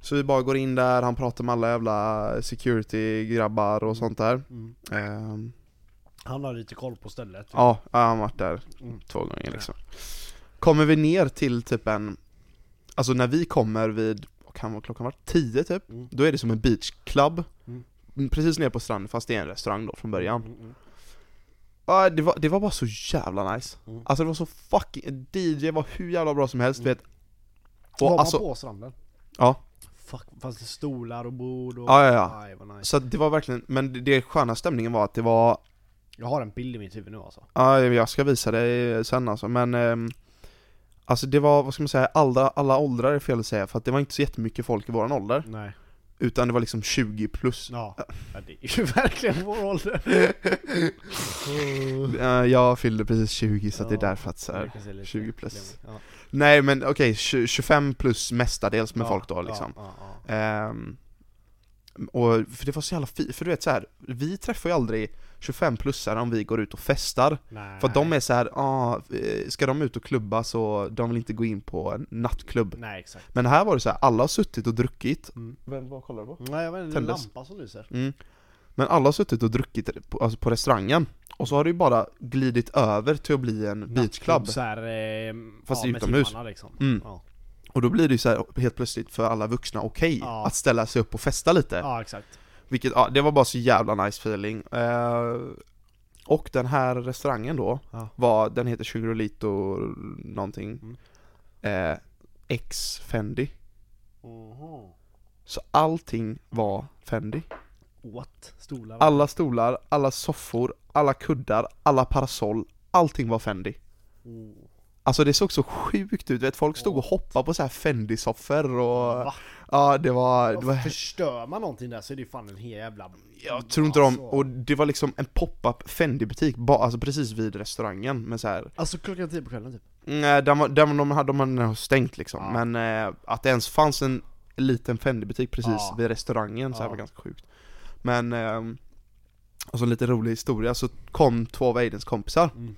Speaker 2: Så vi bara går in där, han pratar med alla jävla security-grabbar och sånt där
Speaker 1: Mm.
Speaker 2: Ehm,
Speaker 1: Han har lite koll på stället.
Speaker 2: Ja, han har varit där
Speaker 1: Typ. Mm.
Speaker 2: två gånger liksom Kommer vi ner till typ en, alltså när vi kommer vid, vad kan vara klockan var? Tio typ?
Speaker 1: Mm.
Speaker 2: Då är det som en beachclub
Speaker 1: Mm.
Speaker 2: Precis nere på stranden, fast det är en restaurang då från början
Speaker 1: Mm, mm.
Speaker 2: Ja, det, var, det var bara så jävla nice
Speaker 1: Mm.
Speaker 2: Alltså det var så fucking, DJ var hur jävla bra som helst
Speaker 1: Mm.
Speaker 2: vet
Speaker 1: var
Speaker 2: Och alltså,
Speaker 1: man på stranden?
Speaker 2: ja
Speaker 1: Fuck, fanns det stolar och bord och...
Speaker 2: Ja, ja, ja.
Speaker 1: Aj, vad nice.
Speaker 2: så att det var verkligen, men det, det sköna stämningen var att det var
Speaker 1: Jag har en bild i mitt huvud nu alltså.
Speaker 2: Ja, jag ska visa dig sen alltså, men ehm, Alltså det var, vad ska man säga, alla, alla åldrar är fel att säga för att det var inte så jättemycket folk i våran ålder
Speaker 1: Nej.
Speaker 2: Utan det var liksom 20 plus.
Speaker 1: Ja, ja det är ju <laughs> verkligen vår ålder.
Speaker 2: Eh, Jag fyllde precis 20 så att det är
Speaker 1: Ja,
Speaker 2: därför att <laughs> så här,
Speaker 1: Det kan se lite
Speaker 2: 20 plus.
Speaker 1: klämmigt. Ja.
Speaker 2: Nej men okej, tju- 25 plus mestadels med
Speaker 1: Ja,
Speaker 2: folk då
Speaker 1: ja,
Speaker 2: liksom.
Speaker 1: Ja, ja,
Speaker 2: Ehm, och, för det var så jävla fint, för du vet så här, vi träffar ju aldrig 25-plussare om vi går ut och festar.
Speaker 1: Nej.
Speaker 2: För att de är så här, ah, eh, ska de ut och klubba så de vill inte gå in på en nattklubb.
Speaker 1: Nej, exakt.
Speaker 2: Men här var det så här, alla har suttit och druckit.
Speaker 1: Mm.
Speaker 2: Vem, vad kollar du på?
Speaker 1: Nej, jag vet inte, det är en
Speaker 2: Tändes.
Speaker 1: lampa som lyser.
Speaker 2: Mm. Men alla har suttit och druckit på, alltså på restaurangen. Och så har det ju bara glidit över till att bli en beachclub.
Speaker 1: Så här, eh,
Speaker 2: Fast
Speaker 1: ja, med
Speaker 2: utomhus.
Speaker 1: timmarna, Liksom.
Speaker 2: Mm.
Speaker 1: Ja.
Speaker 2: Och då blir det ju så här helt plötsligt för alla vuxna okej
Speaker 1: Ja.
Speaker 2: att ställa sig upp och festa lite.
Speaker 1: ja, exakt.
Speaker 2: Vilket, ja, det var bara så jävla nice feeling. Eh, och den här restaurangen då,
Speaker 1: Ja. Mm.
Speaker 2: var, den heter Sugarolito någonting. Eh, X Fendi.
Speaker 1: Oho.
Speaker 2: Så allting var Fendi.
Speaker 1: What? Stolar? va?
Speaker 2: Alla stolar, alla soffor, alla kuddar, alla parasoll. Allting var Fendi.
Speaker 1: Oh.
Speaker 2: Alltså det såg så sjukt ut, Du vet folk stod och hoppade på så här Fendi-soffor och...
Speaker 1: Va?
Speaker 2: Ja, det var... Det
Speaker 1: Och
Speaker 2: var
Speaker 1: Förstör man någonting där så är det ju fan en hel jävla...
Speaker 2: Jag tror inte de,
Speaker 1: Alltså,
Speaker 2: och det var liksom en pop-up Fendi-butik, ba- alltså precis vid restaurangen, men så här.
Speaker 1: alltså klockan tio på kvällen typ.
Speaker 2: Nej, den var, den, de hade de hade stängt liksom,
Speaker 1: Ja.
Speaker 2: men eh, att det ens fanns en liten Fendi-butik precis
Speaker 1: Ja.
Speaker 2: vid restaurangen så här
Speaker 1: Ja.
Speaker 2: var ganska sjukt Men, eh, alltså en lite rolig historia, så kom två av Aidens kompisar
Speaker 1: Mm.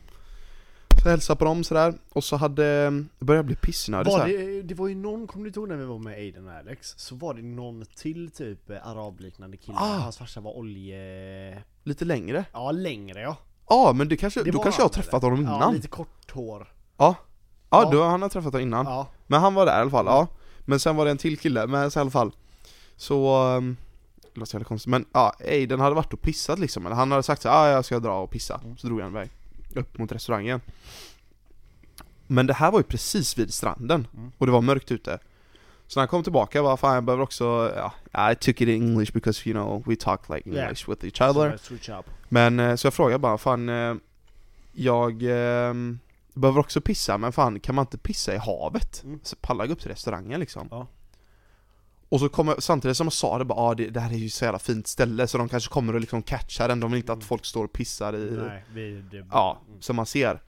Speaker 2: Så hälsade på dem sådär, och så hade, jag började bli pissnödig
Speaker 1: Var
Speaker 2: såhär
Speaker 1: det, det var ju någon, kommer du inte ihåg när vi var med Aiden och Alex? Så var det någon till typ eh, arabliknande kille,
Speaker 2: Ah.
Speaker 1: hans farsa var olje...
Speaker 2: Lite längre?
Speaker 1: Ja, längre ja.
Speaker 2: Ja men det kanske,
Speaker 1: Det
Speaker 2: då
Speaker 1: var
Speaker 2: kanske jag har
Speaker 1: han,
Speaker 2: träffat
Speaker 1: eller?
Speaker 2: honom
Speaker 1: Ja,
Speaker 2: innan?
Speaker 1: lite kort hår.
Speaker 2: Ja, ja,
Speaker 1: Ja.
Speaker 2: då han har träffat honom innan
Speaker 1: Ja.
Speaker 2: Men han var där i alla fall, ja. Men sen var det en till kille, men så i alla fall. Så, um, det låter jävla konstigt, men ja, Aiden hade varit och pissat liksom. Eller han hade sagt så här, ah, jag ska dra och pissa. Så drog han iväg, upp mot restaurangen. Men det här var ju precis vid stranden, och det var mörkt ute. Så när han kom tillbaka var fan jag behöver också, ja, I took it in English because you know, we talk like
Speaker 1: Yeah.
Speaker 2: English with each other.
Speaker 1: Så, switch up.
Speaker 2: Men eh, så jag frågade bara, fan eh, Jag eh, behöver också pissa, men fan kan man inte pissa i havet?
Speaker 1: Mm.
Speaker 2: Så pallar jag gå upp till restaurangen liksom
Speaker 1: Ja.
Speaker 2: Och så kommer, samtidigt som jag sa det bara, ah, det, det här är ju så jävla fint ställe så de kanske kommer och liksom catchar den, de vill inte att folk står och pissar i,
Speaker 1: Mm. Nej, Mm. vi... Det,
Speaker 2: Eh, ja, som man ser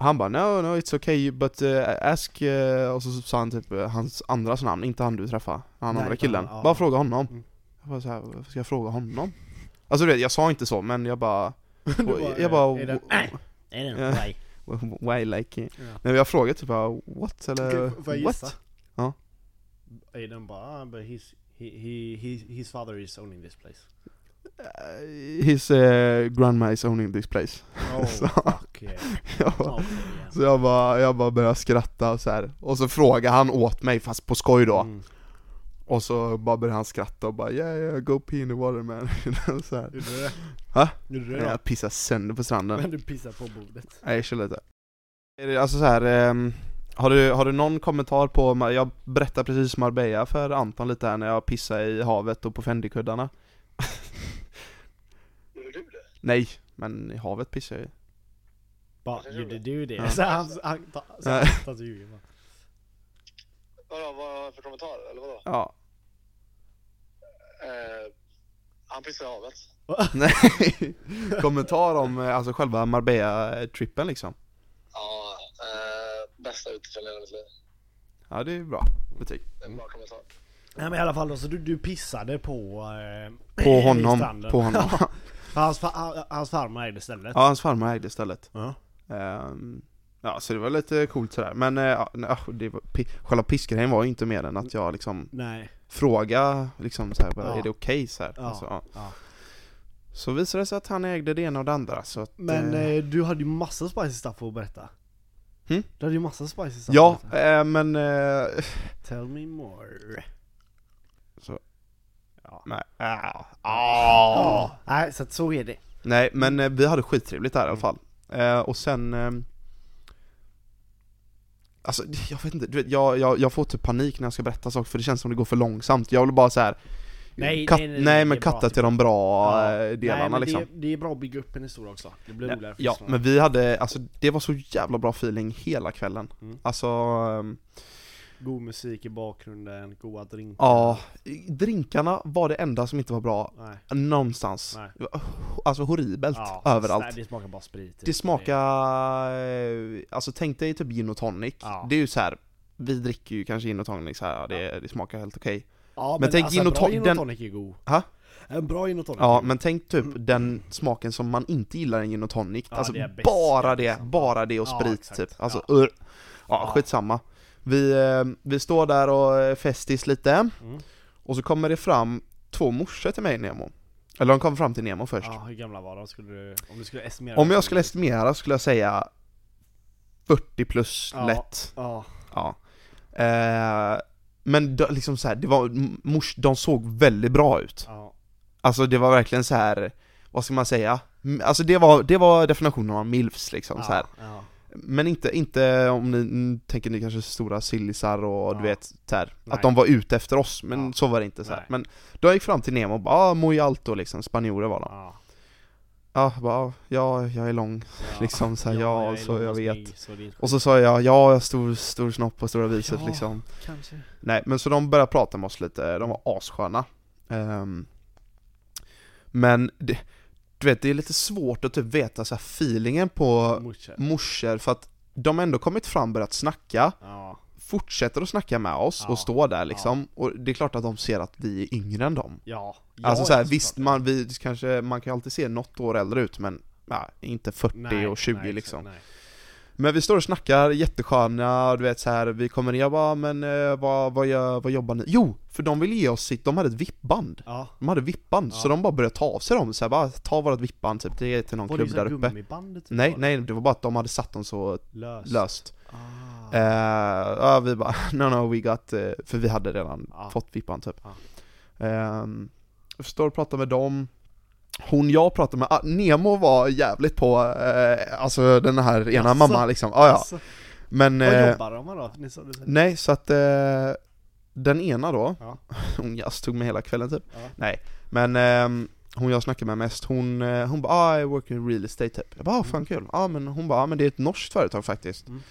Speaker 2: Han bara 'No, no, it's okay but eh, ask' eh," och så sa han typ eh, hans andras namn, inte han du träffade, han
Speaker 1: Nej,
Speaker 2: andra
Speaker 1: inte
Speaker 2: killen
Speaker 1: han, ja.
Speaker 2: Bara fråga honom
Speaker 1: Mm. <laughs>
Speaker 2: Jag bara så här, varför ska jag fråga honom? Alltså du vet, jag sa inte så men jag bara
Speaker 1: Du eh,
Speaker 2: jag bara-
Speaker 1: Är den, är den
Speaker 2: Ja.
Speaker 1: nej.
Speaker 2: Why like it?
Speaker 1: Ja.
Speaker 2: Nej jag frågade typ bara, what eller
Speaker 1: Okej, f- får jag gissa?
Speaker 2: what? Ja.
Speaker 1: Aiden bara, ah, but his, he, he, he, his father is owning this place.
Speaker 2: Eh, His eh, grandma is owning this place
Speaker 1: Oh,
Speaker 2: <laughs> <laughs> Så-
Speaker 1: fuck yeah.
Speaker 2: jag bara,
Speaker 1: Okay, yeah.
Speaker 2: Så jag bara, jag bara började skratta och så här. Och så frågade han åt mig fast på skoj då
Speaker 1: Mm.
Speaker 2: Och så bara började han skratta och bara yeah, yeah go pee in the water man <laughs> så här.
Speaker 1: Gjorde du det?
Speaker 2: Ha?
Speaker 1: Gjorde du det
Speaker 2: Jag pissade sönder på stranden
Speaker 1: Men du pissar på bordet.
Speaker 2: Nej, jag kör lite. Är det- Alltså så här, ehm, har, du, har du någon kommentar på, Mar- jag berättade precis Marbella för Anton lite här när jag pissade i havet och på Fendikuddarna.
Speaker 3: Gjorde du det?
Speaker 2: Nej, men i havet pissar jag i.
Speaker 1: Bara, gjorde du det?
Speaker 2: Ja.
Speaker 1: Så han, han, ta- så han,
Speaker 2: Nej.
Speaker 1: han ljuger bara.
Speaker 3: Vadå, vad har jag för kommentarer eller vadå?
Speaker 2: Ja. <laughs>
Speaker 3: Eh, han pissade i havet.
Speaker 2: Nej. kommentar om eh, alltså själva Marbella-trippen liksom.
Speaker 3: Ja, eh, bästa utetällen i mitt liv.
Speaker 2: Ja, det är bra. Betyg.
Speaker 3: Det är en bra kommentar.
Speaker 1: Nej men i alla fall då, så du, du pissade på... Eh,
Speaker 2: På
Speaker 1: i
Speaker 2: honom,
Speaker 1: stranden.
Speaker 2: på
Speaker 1: <laughs>
Speaker 2: honom.
Speaker 1: För hans, fa- han- hans farmor ägde stället.
Speaker 2: Ja, hans farmor ägde stället.
Speaker 1: Ja.
Speaker 2: Ehm, ja, så det var lite coolt sådär. Men eh, ja, nej, ah, det var, pi- själva pissgrejen var ju inte mer än att jag liksom
Speaker 1: Nej.
Speaker 2: fråga liksom så här, bara,
Speaker 1: Ja.
Speaker 2: är det okej så här?
Speaker 1: Ja,
Speaker 2: Alltså, ja.
Speaker 1: ja.
Speaker 2: Så visade det sig att han ägde det ena och det andra så att,
Speaker 1: Men
Speaker 2: eh,
Speaker 1: eh, du hade ju massa spicy stuff att berätta.
Speaker 2: Hmm?
Speaker 1: Du hade ju massa spicy stuff
Speaker 2: Ja,
Speaker 1: att berätta.
Speaker 2: eh, men eh,
Speaker 1: Tell me more.
Speaker 2: Så.
Speaker 1: Ja.
Speaker 2: nej, ah, ah.
Speaker 1: Nej, så att så är det.
Speaker 2: nej men eh, vi hade skittrevligt där i alla
Speaker 1: Mm.
Speaker 2: fall eh, Och sen eh, Alltså jag vet inte, du vet, jag, jag, jag får typ panik när jag ska berätta saker för det känns som det går för långsamt Jag vill bara så här.
Speaker 1: Nej,
Speaker 2: kat-
Speaker 1: nej, nej, det
Speaker 2: nej
Speaker 1: är
Speaker 2: men
Speaker 1: bra
Speaker 2: katta
Speaker 1: att-
Speaker 2: till de bra
Speaker 1: Ja.
Speaker 2: eh, delarna
Speaker 1: Nej, men
Speaker 2: liksom
Speaker 1: det, det är bra att bygga upp en historia också. Det blir roligare för
Speaker 2: Ja,
Speaker 1: lyssnarna.
Speaker 2: men vi hade, alltså det var så jävla bra feeling hela kvällen.
Speaker 1: Mm.
Speaker 2: Alltså, ehm,
Speaker 1: God musik i bakgrunden, goa drinkar.
Speaker 2: Ja, drinkarna var det enda som inte var bra
Speaker 1: Nej.
Speaker 2: någonstans.
Speaker 1: Nej.
Speaker 2: Det var, Alltså horribelt,
Speaker 1: Ja,
Speaker 2: överallt.
Speaker 1: nej, Det smakar bara sprit.
Speaker 2: Det smakar... eh, Alltså tänk dig typ gin och tonic.
Speaker 1: Ja.
Speaker 2: Det är ju så här. vi dricker ju kanske gin och tonic så här, ja, det, det smakar helt okej.
Speaker 1: Ja, men,
Speaker 2: men tänk
Speaker 1: alltså,
Speaker 2: gin och
Speaker 1: en
Speaker 2: ton-
Speaker 1: bra gin och
Speaker 2: den-
Speaker 1: tonic är god.
Speaker 2: Ha?
Speaker 1: En bra gin och tonic är
Speaker 2: Ja,
Speaker 1: god.
Speaker 2: men tänk typ den smaken som man inte gillar i en gin och tonic.
Speaker 1: Ja,
Speaker 2: alltså
Speaker 1: det är bäst,
Speaker 2: bara det,
Speaker 1: liksom.
Speaker 2: bara det och
Speaker 1: Ja,
Speaker 2: sprit
Speaker 1: exakt.
Speaker 2: typ. Alltså,
Speaker 1: Ja.
Speaker 2: ja. Ur.
Speaker 1: Ja.
Speaker 2: ja skitsamma. Vi, eh, vi står där och eh, festis lite,
Speaker 1: Mm.
Speaker 2: och så kommer det fram två morsor till mig i Nemo. Eller de kom fram till Nemo först.
Speaker 1: Ja, hur gamla var de? Skulle du, om du skulle estimera
Speaker 2: Om
Speaker 1: dem?
Speaker 2: jag skulle estimera skulle jag säga 40 plus
Speaker 1: Ja.
Speaker 2: lätt.
Speaker 1: Ja,
Speaker 2: Ja. Eh, men de, liksom så här, det var, m- mors, de såg väldigt bra ut.
Speaker 1: ja,
Speaker 2: Alltså det var verkligen så här, vad ska man säga? M- Alltså det var, det var definitionen av milfs liksom
Speaker 1: ja,
Speaker 2: så här.
Speaker 1: ja.
Speaker 2: Men inte, inte om ni mm, tänker ni kanske stora sillisar och
Speaker 1: Ja.
Speaker 2: du vet så här,
Speaker 1: Nej.
Speaker 2: att de var ute efter oss, men
Speaker 1: Ja.
Speaker 2: så var det inte så här.
Speaker 1: Nej.
Speaker 2: Men de gick fram till Nemo och bara ah, muy alto liksom, spanjorer var de.
Speaker 1: ja,
Speaker 2: Ja, bara, "Ah, ja, jag är lång
Speaker 1: ja.
Speaker 2: liksom så här, ja, så jag vet.
Speaker 1: Så det är inte
Speaker 2: Och så sa jag, ja jag har stor, stor snopp och stora bicep
Speaker 1: Ja.
Speaker 2: liksom
Speaker 1: Kanske.
Speaker 2: Nej men så de började prata med oss lite, de var assköna Ehm, Men det, du vet det är lite svårt att typ veta så här feelingen på
Speaker 1: Morse.
Speaker 2: morsor för att de har ändå kommit fram, börjat snacka,
Speaker 1: Ja,
Speaker 2: fortsätter att snacka med oss
Speaker 1: Ja.
Speaker 2: och står där liksom Och det är klart att de ser att vi är yngre än dem
Speaker 1: ja.
Speaker 2: Alltså
Speaker 1: ja,
Speaker 2: så här,
Speaker 1: såklart.
Speaker 2: visst man, vi kanske, man kan ju alltid se något år äldre ut men nej, inte 40
Speaker 1: Nej,
Speaker 2: och 20
Speaker 1: nej,
Speaker 2: liksom
Speaker 1: exakt,
Speaker 2: men vi står och snackar, jättesköna, du vet så här, vi kommer ner och bara men eh, vad, vad, gör, vad jobbar ni? Jo! För de ville ge oss sitt, de hade ett vippband
Speaker 1: nej. Ja.
Speaker 2: De hade vippband,
Speaker 1: Ja.
Speaker 2: så de bara började ta av sig dem, så här, bara ta vårat vippband typ, det är till någon
Speaker 1: Var det
Speaker 2: klubb
Speaker 1: så
Speaker 2: där
Speaker 1: här
Speaker 2: uppe
Speaker 1: gummibandet? typ,
Speaker 2: Nej,
Speaker 1: var det?
Speaker 2: nej, det var bara att de hade satt dem så
Speaker 1: Löst.
Speaker 2: löst
Speaker 1: Ah.
Speaker 2: eh, ja, vi bara, <laughs> no no we got, eh, för vi hade redan
Speaker 1: Ja.
Speaker 2: fått vippband typ
Speaker 1: Ja.
Speaker 2: Ehm, jag står och pratar med dem hon jag pratade med, ah, Nemo var jävligt på, eh, alltså den här ena
Speaker 1: Jaså?
Speaker 2: mamman liksom, ah, ja.
Speaker 1: Alltså,
Speaker 2: Men,
Speaker 1: vad
Speaker 2: eh,
Speaker 1: jobbar de med då? Ni sa, du sa.
Speaker 2: nej så att eh, den ena då,
Speaker 1: Ja.
Speaker 2: <laughs> hon jazz tog mig hela kvällen typ,
Speaker 1: Ja.
Speaker 2: nej men ehm, hon jag snackar med mest, hon, eh, hon bara ah, I work in real estate typ Jag bara ah, fan kul, ah, men hon bara ah, men det är ett norskt företag faktiskt
Speaker 1: Mm.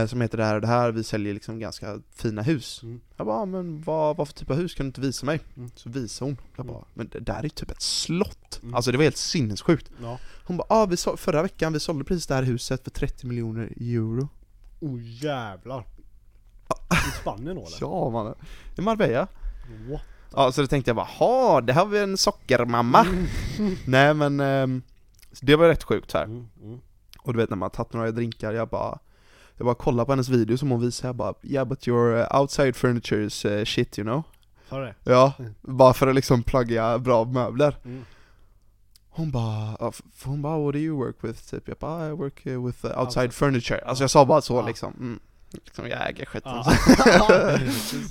Speaker 2: eh, Som heter det här och det här, vi säljer liksom ganska fina hus
Speaker 1: Mm.
Speaker 2: Jag bara ah, men vad, vad för typ av hus kan du inte visa mig?
Speaker 1: Mm.
Speaker 2: Så visar hon, jag bara
Speaker 1: Mm.
Speaker 2: men det där är ju typ ett slott
Speaker 1: Mm.
Speaker 2: Alltså det var helt sinnessjukt
Speaker 1: Ja.
Speaker 2: Hon bara ah, vi så, förra veckan vi sålde precis det här huset för 30 miljoner euro
Speaker 1: Oh jävlar. I Spanien då eller?
Speaker 2: Ja mannen, i Marbella
Speaker 1: What?
Speaker 2: Ja, så då tänkte jag bara, ha, det här var ju en sockermamma.
Speaker 1: Mm.
Speaker 2: <laughs> Nej men, ehm, så det var rätt sjukt här.
Speaker 1: Mm, mm.
Speaker 2: Och du vet när man har tagit några drinkar, jag bara jag bara kollar på hennes video som hon visar, jag bara 'Yeah but your eh, outside furniture is eh, shit you know'
Speaker 1: Sa du det?
Speaker 2: Ja,
Speaker 1: Mm.
Speaker 2: bara för att liksom plugga bra möbler
Speaker 1: Mm.
Speaker 2: Hon bara, ja, f- hon bara 'What do you work with?' typ Jag bara 'I work eh, with eh, outside,
Speaker 1: Outside. Ah.
Speaker 2: furniture' Alltså jag sa bara så
Speaker 1: Ja.
Speaker 2: liksom, mm, liksom jag äger skiten
Speaker 1: Ja.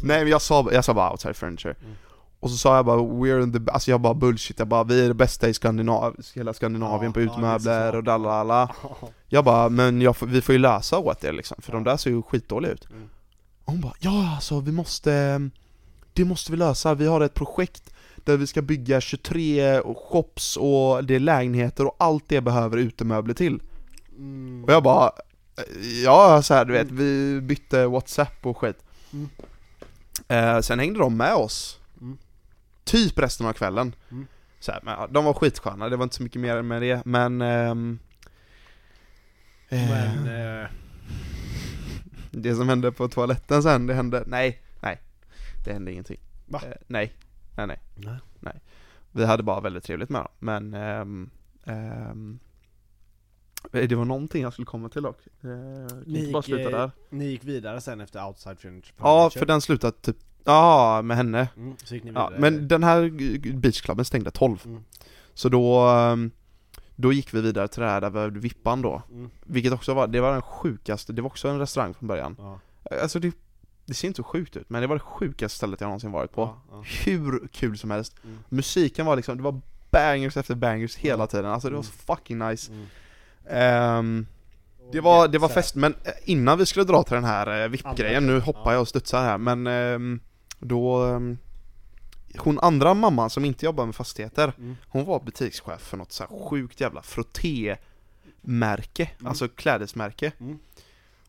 Speaker 2: Nej men jag sa, jag sa bara outside furniture
Speaker 1: Mm.
Speaker 2: Och så sa jag bara we're in the, alltså jag bara bullshit, jag bara vi är det bästa i Skandinav, hela Skandinavien
Speaker 1: Ja,
Speaker 2: på
Speaker 1: ja, det är så
Speaker 2: utmöbler
Speaker 1: smart.
Speaker 2: och dalalala
Speaker 1: Ja.
Speaker 2: Jag bara, men jag, får- vi får ju lösa åt er liksom, för de
Speaker 1: Ja.
Speaker 2: där ser ju skitdåliga ut
Speaker 1: Mm.
Speaker 2: Och hon bara, ja alltså vi måste, det måste vi lösa, vi har ett projekt där vi ska bygga 23 shops och det är lägenheter och allt det behöver utemöbler till
Speaker 1: <laughs> Mm.
Speaker 2: och jag bara, eh, ja så här, du vet, vi bytte whatsapp och skit
Speaker 1: Mm.
Speaker 2: eh, Sen hängde de med oss,
Speaker 1: Mm.
Speaker 2: typ resten av kvällen
Speaker 1: Mm.
Speaker 2: så här, men, ja, De var skitsköna, det var inte så mycket mer med det, men ehm, eh,
Speaker 1: Men, eh,
Speaker 2: Det som hände på toaletten sen, det hände, nej, nej Det hände ingenting
Speaker 1: Va?
Speaker 2: Eh, Nej, nej nej
Speaker 1: nej.
Speaker 2: Vi hade bara väldigt trevligt med dem, men ehm, ehm, eh, det var någonting jag skulle komma till dock. Eh, jag kan
Speaker 1: Ni
Speaker 2: inte bara
Speaker 1: gick,
Speaker 2: sluta
Speaker 1: eh,
Speaker 2: där.
Speaker 1: Ni gick vidare sen efter Outside Furniture?
Speaker 2: Ja, för den slutade typ, ja, med henne.
Speaker 1: Mm, så gick ni
Speaker 2: Ja,
Speaker 1: vidare?
Speaker 2: men den här g- g- beachklubben stängde 12.
Speaker 1: Mm.
Speaker 2: Så då, ehm, då gick vi vidare till det här där vi hade Vippan då.
Speaker 1: Mm.
Speaker 2: Vilket också var, det var den sjukaste, det var också en restaurang från början.
Speaker 1: Ja,
Speaker 2: Alltså det, det ser inte så sjukt ut, men det var det sjukaste stället jag någonsin varit på.
Speaker 1: ja, ja.
Speaker 2: Hur kul som helst.
Speaker 1: Mm.
Speaker 2: Musiken var liksom, det var bangers efter bangers hela
Speaker 1: Mm.
Speaker 2: tiden. Alltså det var
Speaker 1: Mm.
Speaker 2: så fucking nice.
Speaker 1: Mm.
Speaker 2: Ehm, det var, det var
Speaker 1: Så här,
Speaker 2: fest, men eh, innan vi skulle dra till den här eh, VIP-grejen, nu hoppar
Speaker 1: Ja.
Speaker 2: jag och studsar här, men ehm, då ehm, Hon andra mamman som inte jobbar med fastigheter,
Speaker 1: Mm.
Speaker 2: hon var butikschef för något så här sjukt jävla frotté-märke,
Speaker 1: Mm.
Speaker 2: alltså klädesmärke
Speaker 1: Mm.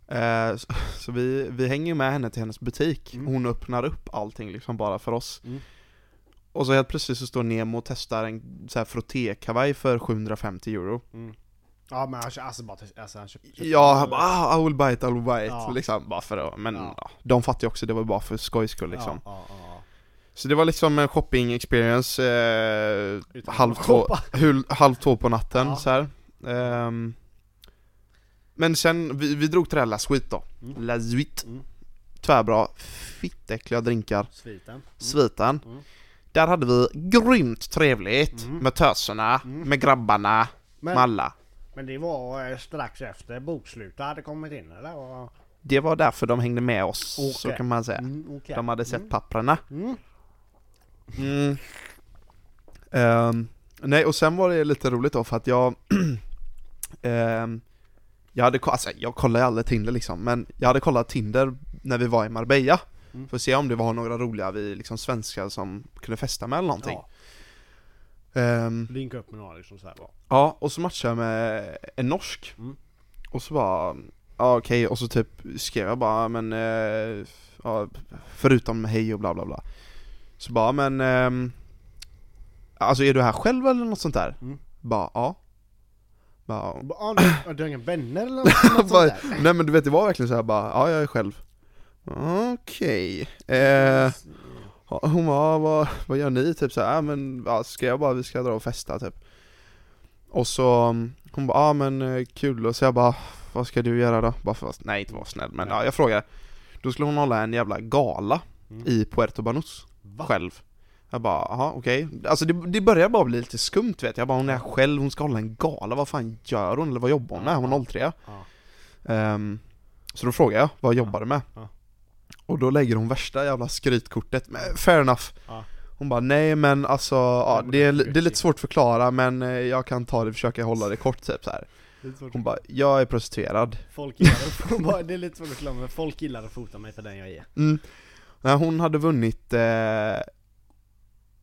Speaker 2: Eh, så, <laughs> så vi, vi hänger med henne till hennes butik.
Speaker 1: Mm.
Speaker 2: Hon öppnar upp allting liksom bara för oss.
Speaker 1: Mm.
Speaker 2: Och så helt frösigt så står Nemo och testar en så här frottékavaj för 750 euro.
Speaker 1: Ja men han kö- alltså bara alltså, han köpte
Speaker 2: Ja, han bara ah, I will buy it, I will buy it.
Speaker 1: Ja.
Speaker 2: Liksom, bara för att, men
Speaker 1: Ja.
Speaker 2: ja. de fattar ju också, det var bara för skojs skull liksom.
Speaker 1: Ja, ja, ja.
Speaker 2: Så det var liksom en shopping experience eh,
Speaker 1: Utan att
Speaker 2: halv, två,
Speaker 1: shoppa.
Speaker 2: hul, halv två på natten
Speaker 1: Ja.
Speaker 2: så här. Ehm, men sen, vi, vi drog till det här La Suite då.
Speaker 1: Mm.
Speaker 2: La Suite.
Speaker 1: Mm.
Speaker 2: Tvärbra, fittäckliga drinkar.
Speaker 1: Sviten. Mm.
Speaker 2: Sviten.
Speaker 1: Mm.
Speaker 2: Där hade vi grymt trevligt
Speaker 1: Mm.
Speaker 2: med töserna,
Speaker 1: Mm.
Speaker 2: med grabbarna, med
Speaker 1: Men,
Speaker 2: alla.
Speaker 1: men det var eh, strax efter bokslutet hade kommit in eller? Och,
Speaker 2: Det var därför de hängde med oss, så
Speaker 1: Okej.
Speaker 2: kan man säga.
Speaker 1: mm, okej.
Speaker 2: De hade sett
Speaker 1: Mm.
Speaker 2: papprena.
Speaker 1: Mm.
Speaker 2: Mm. Ehm, nej, och sen var det lite roligt då för att jag... <clears throat> ehm, jag hade ko- alltså, jag kollar ju aldrig Tinder liksom, men jag hade kollat Tinder när vi var i Marbella.
Speaker 1: Mm.
Speaker 2: För att se om det var några roliga vi liksom svenskar som kunde festa med eller någonting. Ehm,
Speaker 1: Ja,
Speaker 2: Ja,
Speaker 1: linka upp med några liksom så här bara.
Speaker 2: ja och så matchade jag med en norsk.
Speaker 1: Mm.
Speaker 2: Och så bara, ja okej, och så typ skrev jag bara, men... eh, ja, förutom hej och bla bla bla. Så bara, men... ehm, alltså är du här själv eller något sånt där?
Speaker 1: Mm.
Speaker 2: Bara, ja. Bara,
Speaker 1: Bara, ah, du, du har inga vänner eller
Speaker 2: <laughs>
Speaker 1: något sånt
Speaker 2: Bara-
Speaker 1: där?
Speaker 2: nej men du vet, det var verkligen så här bara, ja jag är själv. Okej. Eh, Ja, Hon bara, "Ja, vad, vad gör ni? Typ så här, "Ja, men ja, ska jag bara, vi ska dra och festa typ. Och så, mm, hon bara, ja men eh, kul, och så jag bara, vad ska du göra då? Bara för att, nej inte vara snäll, men ja, jag frågade. Då skulle hon hålla en jävla gala
Speaker 1: Mm.
Speaker 2: i Puerto Banús,
Speaker 1: Va?
Speaker 2: själv. Jag bara, jaha okej. Alltså det, det börjar bara bli lite skumt vet jag, jag bara hon är själv, hon ska hålla en gala, vad fan gör hon? Eller vad jobbar hon med? Hon är 03
Speaker 1: Ja.
Speaker 2: Ehm, så då frågar jag, vad jobbar du med?
Speaker 1: Ja.
Speaker 2: Och då lägger hon värsta jävla skrytkortet, men fair enough
Speaker 1: Ja.
Speaker 2: Hon bara nej men alltså, ja,
Speaker 1: men
Speaker 2: det, är,
Speaker 1: det är ju
Speaker 2: det är lite
Speaker 1: shit.
Speaker 2: svårt att förklara men eh, jag kan ta det, försöka hålla det kort typ så här.
Speaker 1: Det är svårt
Speaker 2: Hon
Speaker 1: att-
Speaker 2: bara, jag är prostituerad
Speaker 1: Folk gillar att hon <laughs> bara, det är lite svårt att klara men folk gillar att fota mig för den jag är.
Speaker 2: mm. Nej, Hon hade vunnit eh,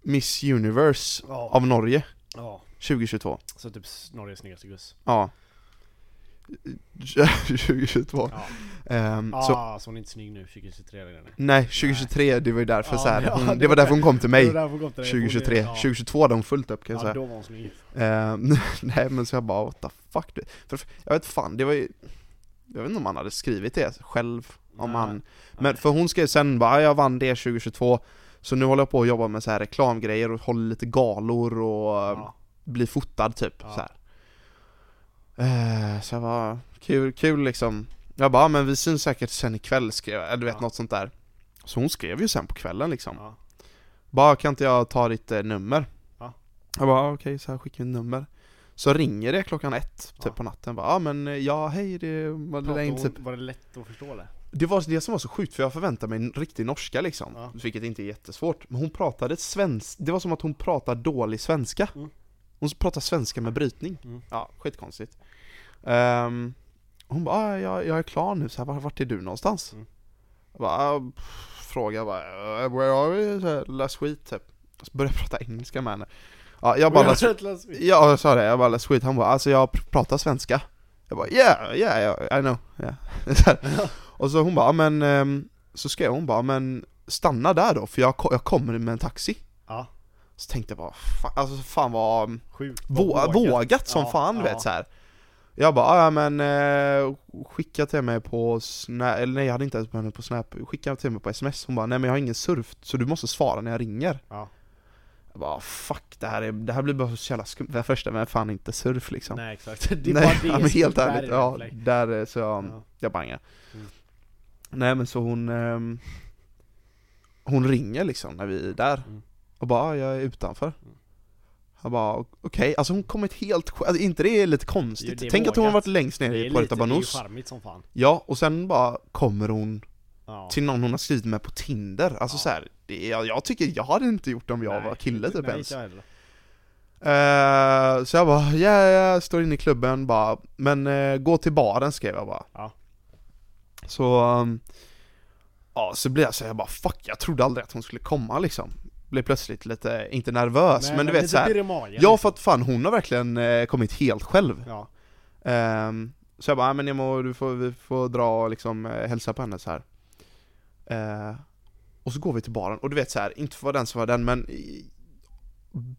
Speaker 2: Miss Universe
Speaker 1: Ja.
Speaker 2: av Norge
Speaker 1: Ja,
Speaker 2: 2022
Speaker 1: så typ s- Norges snyggaste guss.
Speaker 2: Ja <laughs> 2022
Speaker 1: Ja,
Speaker 2: Ehm,
Speaker 1: ah,
Speaker 2: så
Speaker 1: så hon är inte snygg nu 2023 redan. nej.
Speaker 2: Nej, 2023 det var ju därför
Speaker 1: Ja,
Speaker 2: så
Speaker 1: <laughs>
Speaker 2: här,
Speaker 1: ja,
Speaker 2: hon,
Speaker 1: det
Speaker 2: det,
Speaker 1: var
Speaker 2: var därför hon kom
Speaker 1: Det
Speaker 2: till mig
Speaker 1: var därför hon kom till dig. Hon är-
Speaker 2: 2023,
Speaker 1: ja.
Speaker 2: 2022 hade hon fullt upp kan jag
Speaker 1: Ja,
Speaker 2: säga
Speaker 1: då var hon snygg.
Speaker 2: Ehm, <laughs> Nej men så jag bara what the fuck du För, Jag vet fan, det var ju Jag vet inte om han hade skrivit det själv om
Speaker 1: Nej,
Speaker 2: han Men för hon skrev sen bara jag vann det 2022 Så nu håller jag på och jobbar med så här reklamgrejer och håller lite galor och
Speaker 1: Ja.
Speaker 2: blir fotad typ
Speaker 1: Ja.
Speaker 2: så här. Eh, Så jag bara, kul, kul liksom Jag bara, "Ja, men vi syns säkert sen ikväll skrev jag, eller du vet
Speaker 1: Ja.
Speaker 2: något sånt där Så hon skrev ju sen på kvällen liksom
Speaker 1: Ja.
Speaker 2: Bara, kan inte jag ta ditt eh, nummer?
Speaker 1: Ja.
Speaker 2: Jag bara, "Ah, okej, så här skickar jag nummer Så ringer det klockan ett, typ
Speaker 1: Ja.
Speaker 2: på natten bara, ja men eh, ja hej det var det
Speaker 1: Pratade
Speaker 2: där in, typ
Speaker 1: hon, var det lätt att förstå det?
Speaker 2: Det var det som var så sjukt för jag förväntade mig en riktig norska liksom
Speaker 1: Ja.
Speaker 2: Vilket inte är jättesvårt, men hon pratade svenska, det var som att hon pratade dålig svenska
Speaker 1: Mm.
Speaker 2: Hon pratade svenska med brytning
Speaker 1: Mm.
Speaker 2: Ja, skitkonstigt Ehm, Hon bara, "Ah, jag, jag är klar nu, så här, var- vart är du någonstans?
Speaker 1: Mm.
Speaker 2: Jag bara, "Ah, pff," frågade bara, "Eh, where are we? Så här, Last week typ Och så började jag prata engelska med henne Ja,
Speaker 1: <laughs>
Speaker 2: jag bara, "Last- Ja, jag sa det, jag bara lät sweet, han bara alltså jag pr- pratar svenska Jag bara yeah, yeah, yeah I know, yeah <laughs> Så här. Och så hon bara, "Ja, men ehm, så skrev hon bara, men stanna där då för jag, ko- jag kommer med en taxi
Speaker 1: Ja,
Speaker 2: Så tänkte jag bara, fan, alltså fan vad
Speaker 1: sjukt.
Speaker 2: vå,
Speaker 1: Vågat.
Speaker 2: vågat som
Speaker 1: Ja,
Speaker 2: fan du
Speaker 1: ja.
Speaker 2: vet så här. Jag bara, "Ja, ja men eh, skicka till mig på snap, eller nej jag hade inte ens på henne på snap, skicka till mig på sms Hon bara, nej men jag har ingen surf så du måste svara när jag ringer
Speaker 1: Ja.
Speaker 2: Jag bara, fuck det här, är, det här blir bara så jävla skumt, för första men fan inte surf liksom
Speaker 1: Nej exakt. <laughs> Det är
Speaker 2: Nej,
Speaker 1: bara
Speaker 2: <laughs> ja,
Speaker 1: det.
Speaker 2: men helt
Speaker 1: som är
Speaker 2: ärligt,
Speaker 1: red
Speaker 2: ja,
Speaker 1: flag.
Speaker 2: där eh, så jag,
Speaker 1: Ja.
Speaker 2: jag bangar
Speaker 1: Mm.
Speaker 2: Nej men så hon ehm, Hon ringer liksom när vi är där
Speaker 1: Mm.
Speaker 2: och bara "Ah, 'Jag är utanför' Jag bara okej, alltså hon kommit helt sj- alltså, inte det är lite
Speaker 1: Jo,
Speaker 2: konstigt?
Speaker 1: det är
Speaker 2: Tänk att hon har
Speaker 1: vågat.
Speaker 2: varit längst
Speaker 1: Det är
Speaker 2: ner i
Speaker 1: lite,
Speaker 2: Puerto
Speaker 1: det är ju
Speaker 2: Banús
Speaker 1: charmigt som fan.
Speaker 2: Ja, och sen bara kommer hon
Speaker 1: Ja.
Speaker 2: till någon hon har skrivit med på Tinder, alltså
Speaker 1: Ja.
Speaker 2: så här, det, jag, jag tycker jag hade inte gjort det om jag
Speaker 1: Nej,
Speaker 2: var kille typ
Speaker 1: nej,
Speaker 2: ens
Speaker 1: inte jag heller.
Speaker 2: Eh, så jag bara, ja, yeah, yeah, står inne i klubben bara, men eh, gå till baren skrev jag bara.
Speaker 1: Ja.
Speaker 2: Så, um, ja, så blev jag så här, jag bara fuck, jag trodde aldrig att hon skulle komma liksom. Blev plötsligt lite, inte nervös,
Speaker 1: Nej,
Speaker 2: men, du vet
Speaker 1: lite
Speaker 2: så här.
Speaker 1: pirr i magen,
Speaker 2: Ja
Speaker 1: liksom.
Speaker 2: för att fan hon har verkligen eh, kommit helt själv.
Speaker 1: Ja.
Speaker 2: Ehm, Så jag bara, "Ah, men jag må, du får, vi får dra och liksom eh, hälsa på henne så här. Eh, och så går vi till baren, och du vet så här, inte för den som var den men i-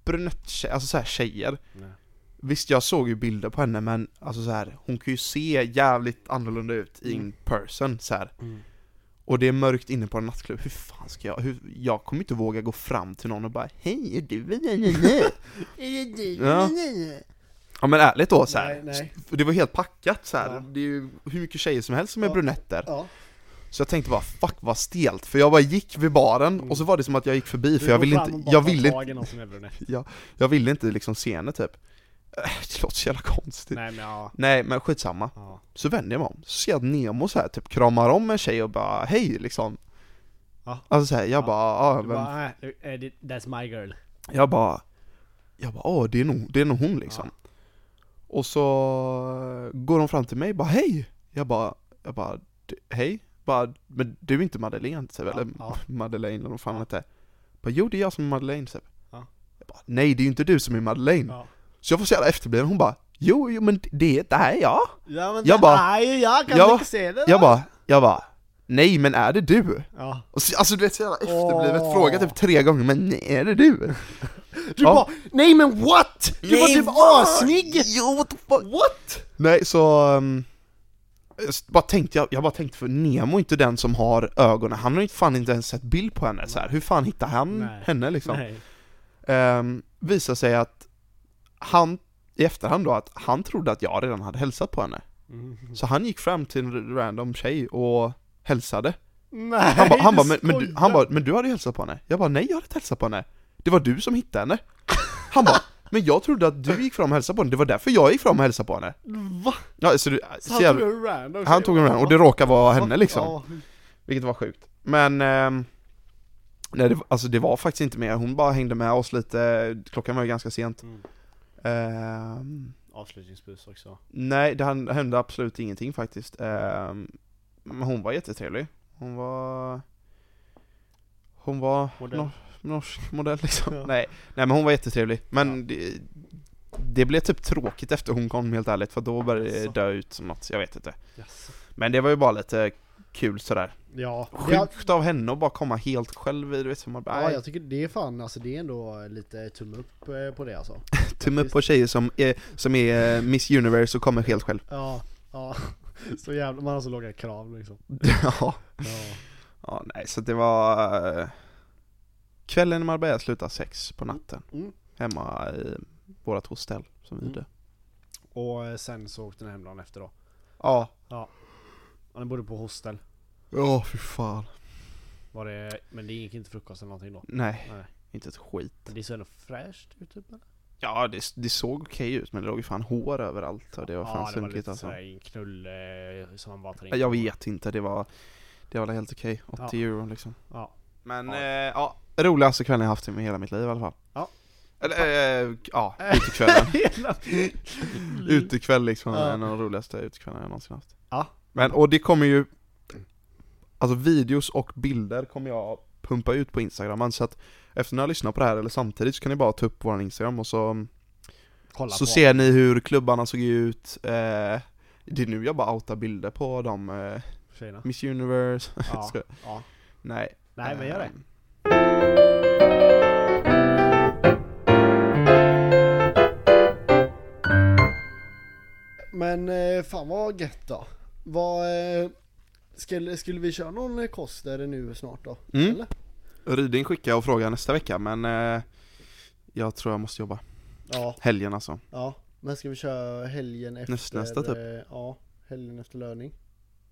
Speaker 2: brunett tje- alltså så här tjejer.
Speaker 1: Nej.
Speaker 2: Visst jag såg ju bilder på henne men alltså så här, hon kan ju se jävligt annorlunda ut in
Speaker 1: Mm.
Speaker 2: person så här.
Speaker 1: Mm.
Speaker 2: Och det är mörkt inne på en nattklubb, hur fan ska jag, hur, jag kommer inte våga gå fram till någon och bara Hej, är du
Speaker 1: <laughs>
Speaker 2: ja. ja men ärligt då så här.
Speaker 1: Nej, nej.
Speaker 2: För Det var helt packat så här.
Speaker 1: Ja.
Speaker 2: det är ju hur mycket tjejer som helst som är
Speaker 1: Ja.
Speaker 2: brunetter
Speaker 1: Ja.
Speaker 2: Så jag tänkte bara, fuck vad stelt, för jag bara gick vid baren
Speaker 1: Mm.
Speaker 2: och så var det som att jag gick förbi för
Speaker 1: Du
Speaker 2: jag
Speaker 1: går
Speaker 2: ville
Speaker 1: fram och
Speaker 2: inte,
Speaker 1: bara
Speaker 2: jag
Speaker 1: tar
Speaker 2: ville
Speaker 1: tag i någon som är brunett.
Speaker 2: <laughs> jag ville inte liksom se henne typ. Äh, Det låter så jävla konstigt. Nej.
Speaker 1: Nej men ja.
Speaker 2: men skitsamma.
Speaker 1: ja.
Speaker 2: Så vänder jag mig om, så ser jag att Nemo så här typ kramar om en tjej och bara hej liksom.
Speaker 1: Ja.
Speaker 2: Alltså så här, jag
Speaker 1: Ja.
Speaker 2: bara, ah,
Speaker 1: Du
Speaker 2: vem?
Speaker 1: bara, äh, eh, det- that's my girl.
Speaker 2: jag bara, jag bara, åh det är nog, det är nog hon liksom. Och så eh, går hon fram till mig och bara hej! Jag bara, jag bara, "D- hej? Bara, men du är inte Madeleine typ, eller
Speaker 1: ja.
Speaker 2: <laughs> Madeleine eller vad fan hon hette. Bara, jo det är jag som är Madeleine typ.
Speaker 1: Ja.
Speaker 2: Jag bara, nej det är ju inte du som är Madeleine.
Speaker 1: Ja.
Speaker 2: Så jag får så jävla efterbliven, hon bara Jo, jo men det, det här är jag!
Speaker 1: Ja men det
Speaker 2: Jag bara-
Speaker 1: här är ju jag, kan
Speaker 2: jag
Speaker 1: du
Speaker 2: bara-
Speaker 1: inte se det då?
Speaker 2: Jag bara, jag bara Nej men är det du?
Speaker 1: Ja.
Speaker 2: Och så, alltså du vet så jävla efterblivet,
Speaker 1: Åh.
Speaker 2: fråga typ tre gånger men nej, är det du?
Speaker 1: <laughs> Du
Speaker 2: Ja.
Speaker 1: bara, nej men what? Du var
Speaker 2: Nej,
Speaker 1: typ
Speaker 2: vad?
Speaker 1: assnygg!
Speaker 2: Jo what the fuck!
Speaker 1: What?
Speaker 2: Nej så, ehm, jag s- bara tänkte jag, jag bara tänkte för Nemo är inte den som har ögonen, han har ju fan inte ens sett bild på henne så här. hur fan hittar han
Speaker 1: Nej.
Speaker 2: henne liksom?
Speaker 1: Nej.
Speaker 2: um, visar sig att han, i efterhand då, att han trodde att jag redan hade hälsat på henne.
Speaker 1: Mm.
Speaker 2: Så han gick fram till en random tjej och hälsade.
Speaker 1: Nej,
Speaker 2: Han bara, han
Speaker 1: du
Speaker 2: bara, men, men, du,
Speaker 1: skojar."
Speaker 2: han bara, men du hade ju hälsat på henne? Jag bara, nej jag hade inte hälsat på henne. Det var du som hittade henne.
Speaker 1: <laughs>
Speaker 2: Han bara, men jag trodde att du gick fram och hälsade på henne, det var därför jag gick fram och hälsade på henne.
Speaker 1: Va?
Speaker 2: Ja, så du,
Speaker 1: Så
Speaker 2: så
Speaker 1: han tog
Speaker 2: jävla,
Speaker 1: en random
Speaker 2: han tog en random, och det råkade vara henne liksom.
Speaker 1: Ja.
Speaker 2: Vilket var sjukt. Men, ehm, nej det, alltså det var faktiskt inte mer, hon bara hängde med oss lite, klockan var ju ganska sent.
Speaker 1: Mm.
Speaker 2: Ehm,
Speaker 1: Avslutningspuss också.
Speaker 2: nej, det han- hände absolut ingenting faktiskt. Ehm, men hon var jättetrevlig. Hon var... Hon var
Speaker 1: Modell.
Speaker 2: nor- norsk modell liksom.
Speaker 1: Ja.
Speaker 2: Nej. nej, men hon var jättetrevlig. Men
Speaker 1: Ja.
Speaker 2: det, det blev typ tråkigt efter hon kom helt ärligt, för då började det
Speaker 1: Jaså.
Speaker 2: dö ut som något, jag vet inte.
Speaker 1: Yes.
Speaker 2: Men det var ju bara lite kul sådär.
Speaker 1: Ja, jag,
Speaker 2: Sjukt av henne att bara komma helt själv, i, du vet som man bara,
Speaker 1: ja,
Speaker 2: "Nej,
Speaker 1: jag tycker det är fan, alltså det är ändå lite tumme upp eh, på det alltså.
Speaker 2: tumme upp på tjejer som är, som är eh, Miss Universe och kommer helt själv.
Speaker 1: Ja, ja. Så jävla, man har så låga krav liksom.
Speaker 2: ja.
Speaker 1: <laughs> Ja.
Speaker 2: Ja, nej, så det var eh, kvällen i Marbella slutade sex på natten.
Speaker 1: Mm.
Speaker 2: Hemma i vårt hostell som vi
Speaker 1: Mm.
Speaker 2: hyrde.
Speaker 1: Och eh, sen så åkte den hem dagen efter då.
Speaker 2: Ja.
Speaker 1: Han bodde på hostel.
Speaker 2: Ja, fy fan.
Speaker 1: Var det, men det gick inte frukost eller någonting då.
Speaker 2: Nej,
Speaker 1: Nej.
Speaker 2: inte ett skit.
Speaker 1: Men det ser ändå fräscht ut typ eller?
Speaker 2: Ja, det, det såg okej ut men det låg ju fan hår överallt och det var fan
Speaker 1: det var
Speaker 2: sunkigt
Speaker 1: lite
Speaker 2: alltså.
Speaker 1: sådär i en knull eh, som han bara tar in.
Speaker 2: Jag vet inte, det var, det var väl helt okej. 80
Speaker 1: Ja.
Speaker 2: euro liksom.
Speaker 1: Ja.
Speaker 2: Men
Speaker 1: Ja.
Speaker 2: ja, eh, ja roligaste kvällen jag haft i hela mitt liv i alla fall.
Speaker 1: Ja.
Speaker 2: Eller, eh, ja,
Speaker 1: <laughs>
Speaker 2: utekvällen.
Speaker 1: Hela
Speaker 2: Utekväll liksom,
Speaker 1: Ja.
Speaker 2: en av de roligaste utekvällarna jag någonsin haft.
Speaker 1: Ja.
Speaker 2: Men, och det kommer ju, alltså videos och bilder kommer jag pumpa ut på instagramen så att efter när jag lyssnar på det här eller samtidigt så kan ni bara ta upp våran instagram och så,
Speaker 1: Kolla
Speaker 2: så
Speaker 1: på.
Speaker 2: ser ni hur klubbarna såg ut, eh, det är nu jag bara outar bilder på dem, eh, <laughs>
Speaker 1: Tjejerna.
Speaker 2: Miss Universe,
Speaker 1: Ja,
Speaker 2: Ska-
Speaker 1: ja.
Speaker 2: nej.
Speaker 1: Nej men gör det.
Speaker 2: Ehm.
Speaker 1: Men eh, fan vad gött då. Vad, eh, skulle, skulle vi köra någon eh, koster nu snart då?
Speaker 2: Mm.
Speaker 1: Eller?
Speaker 2: Ryding skickar och frågar nästa vecka men eh, jag tror jag måste jobba,
Speaker 1: Ja,
Speaker 2: helgen alltså.
Speaker 1: ja. Men ska vi köra helgen efter?
Speaker 2: Näst- nästa typ.
Speaker 1: eh, Ja, helgen efter löning.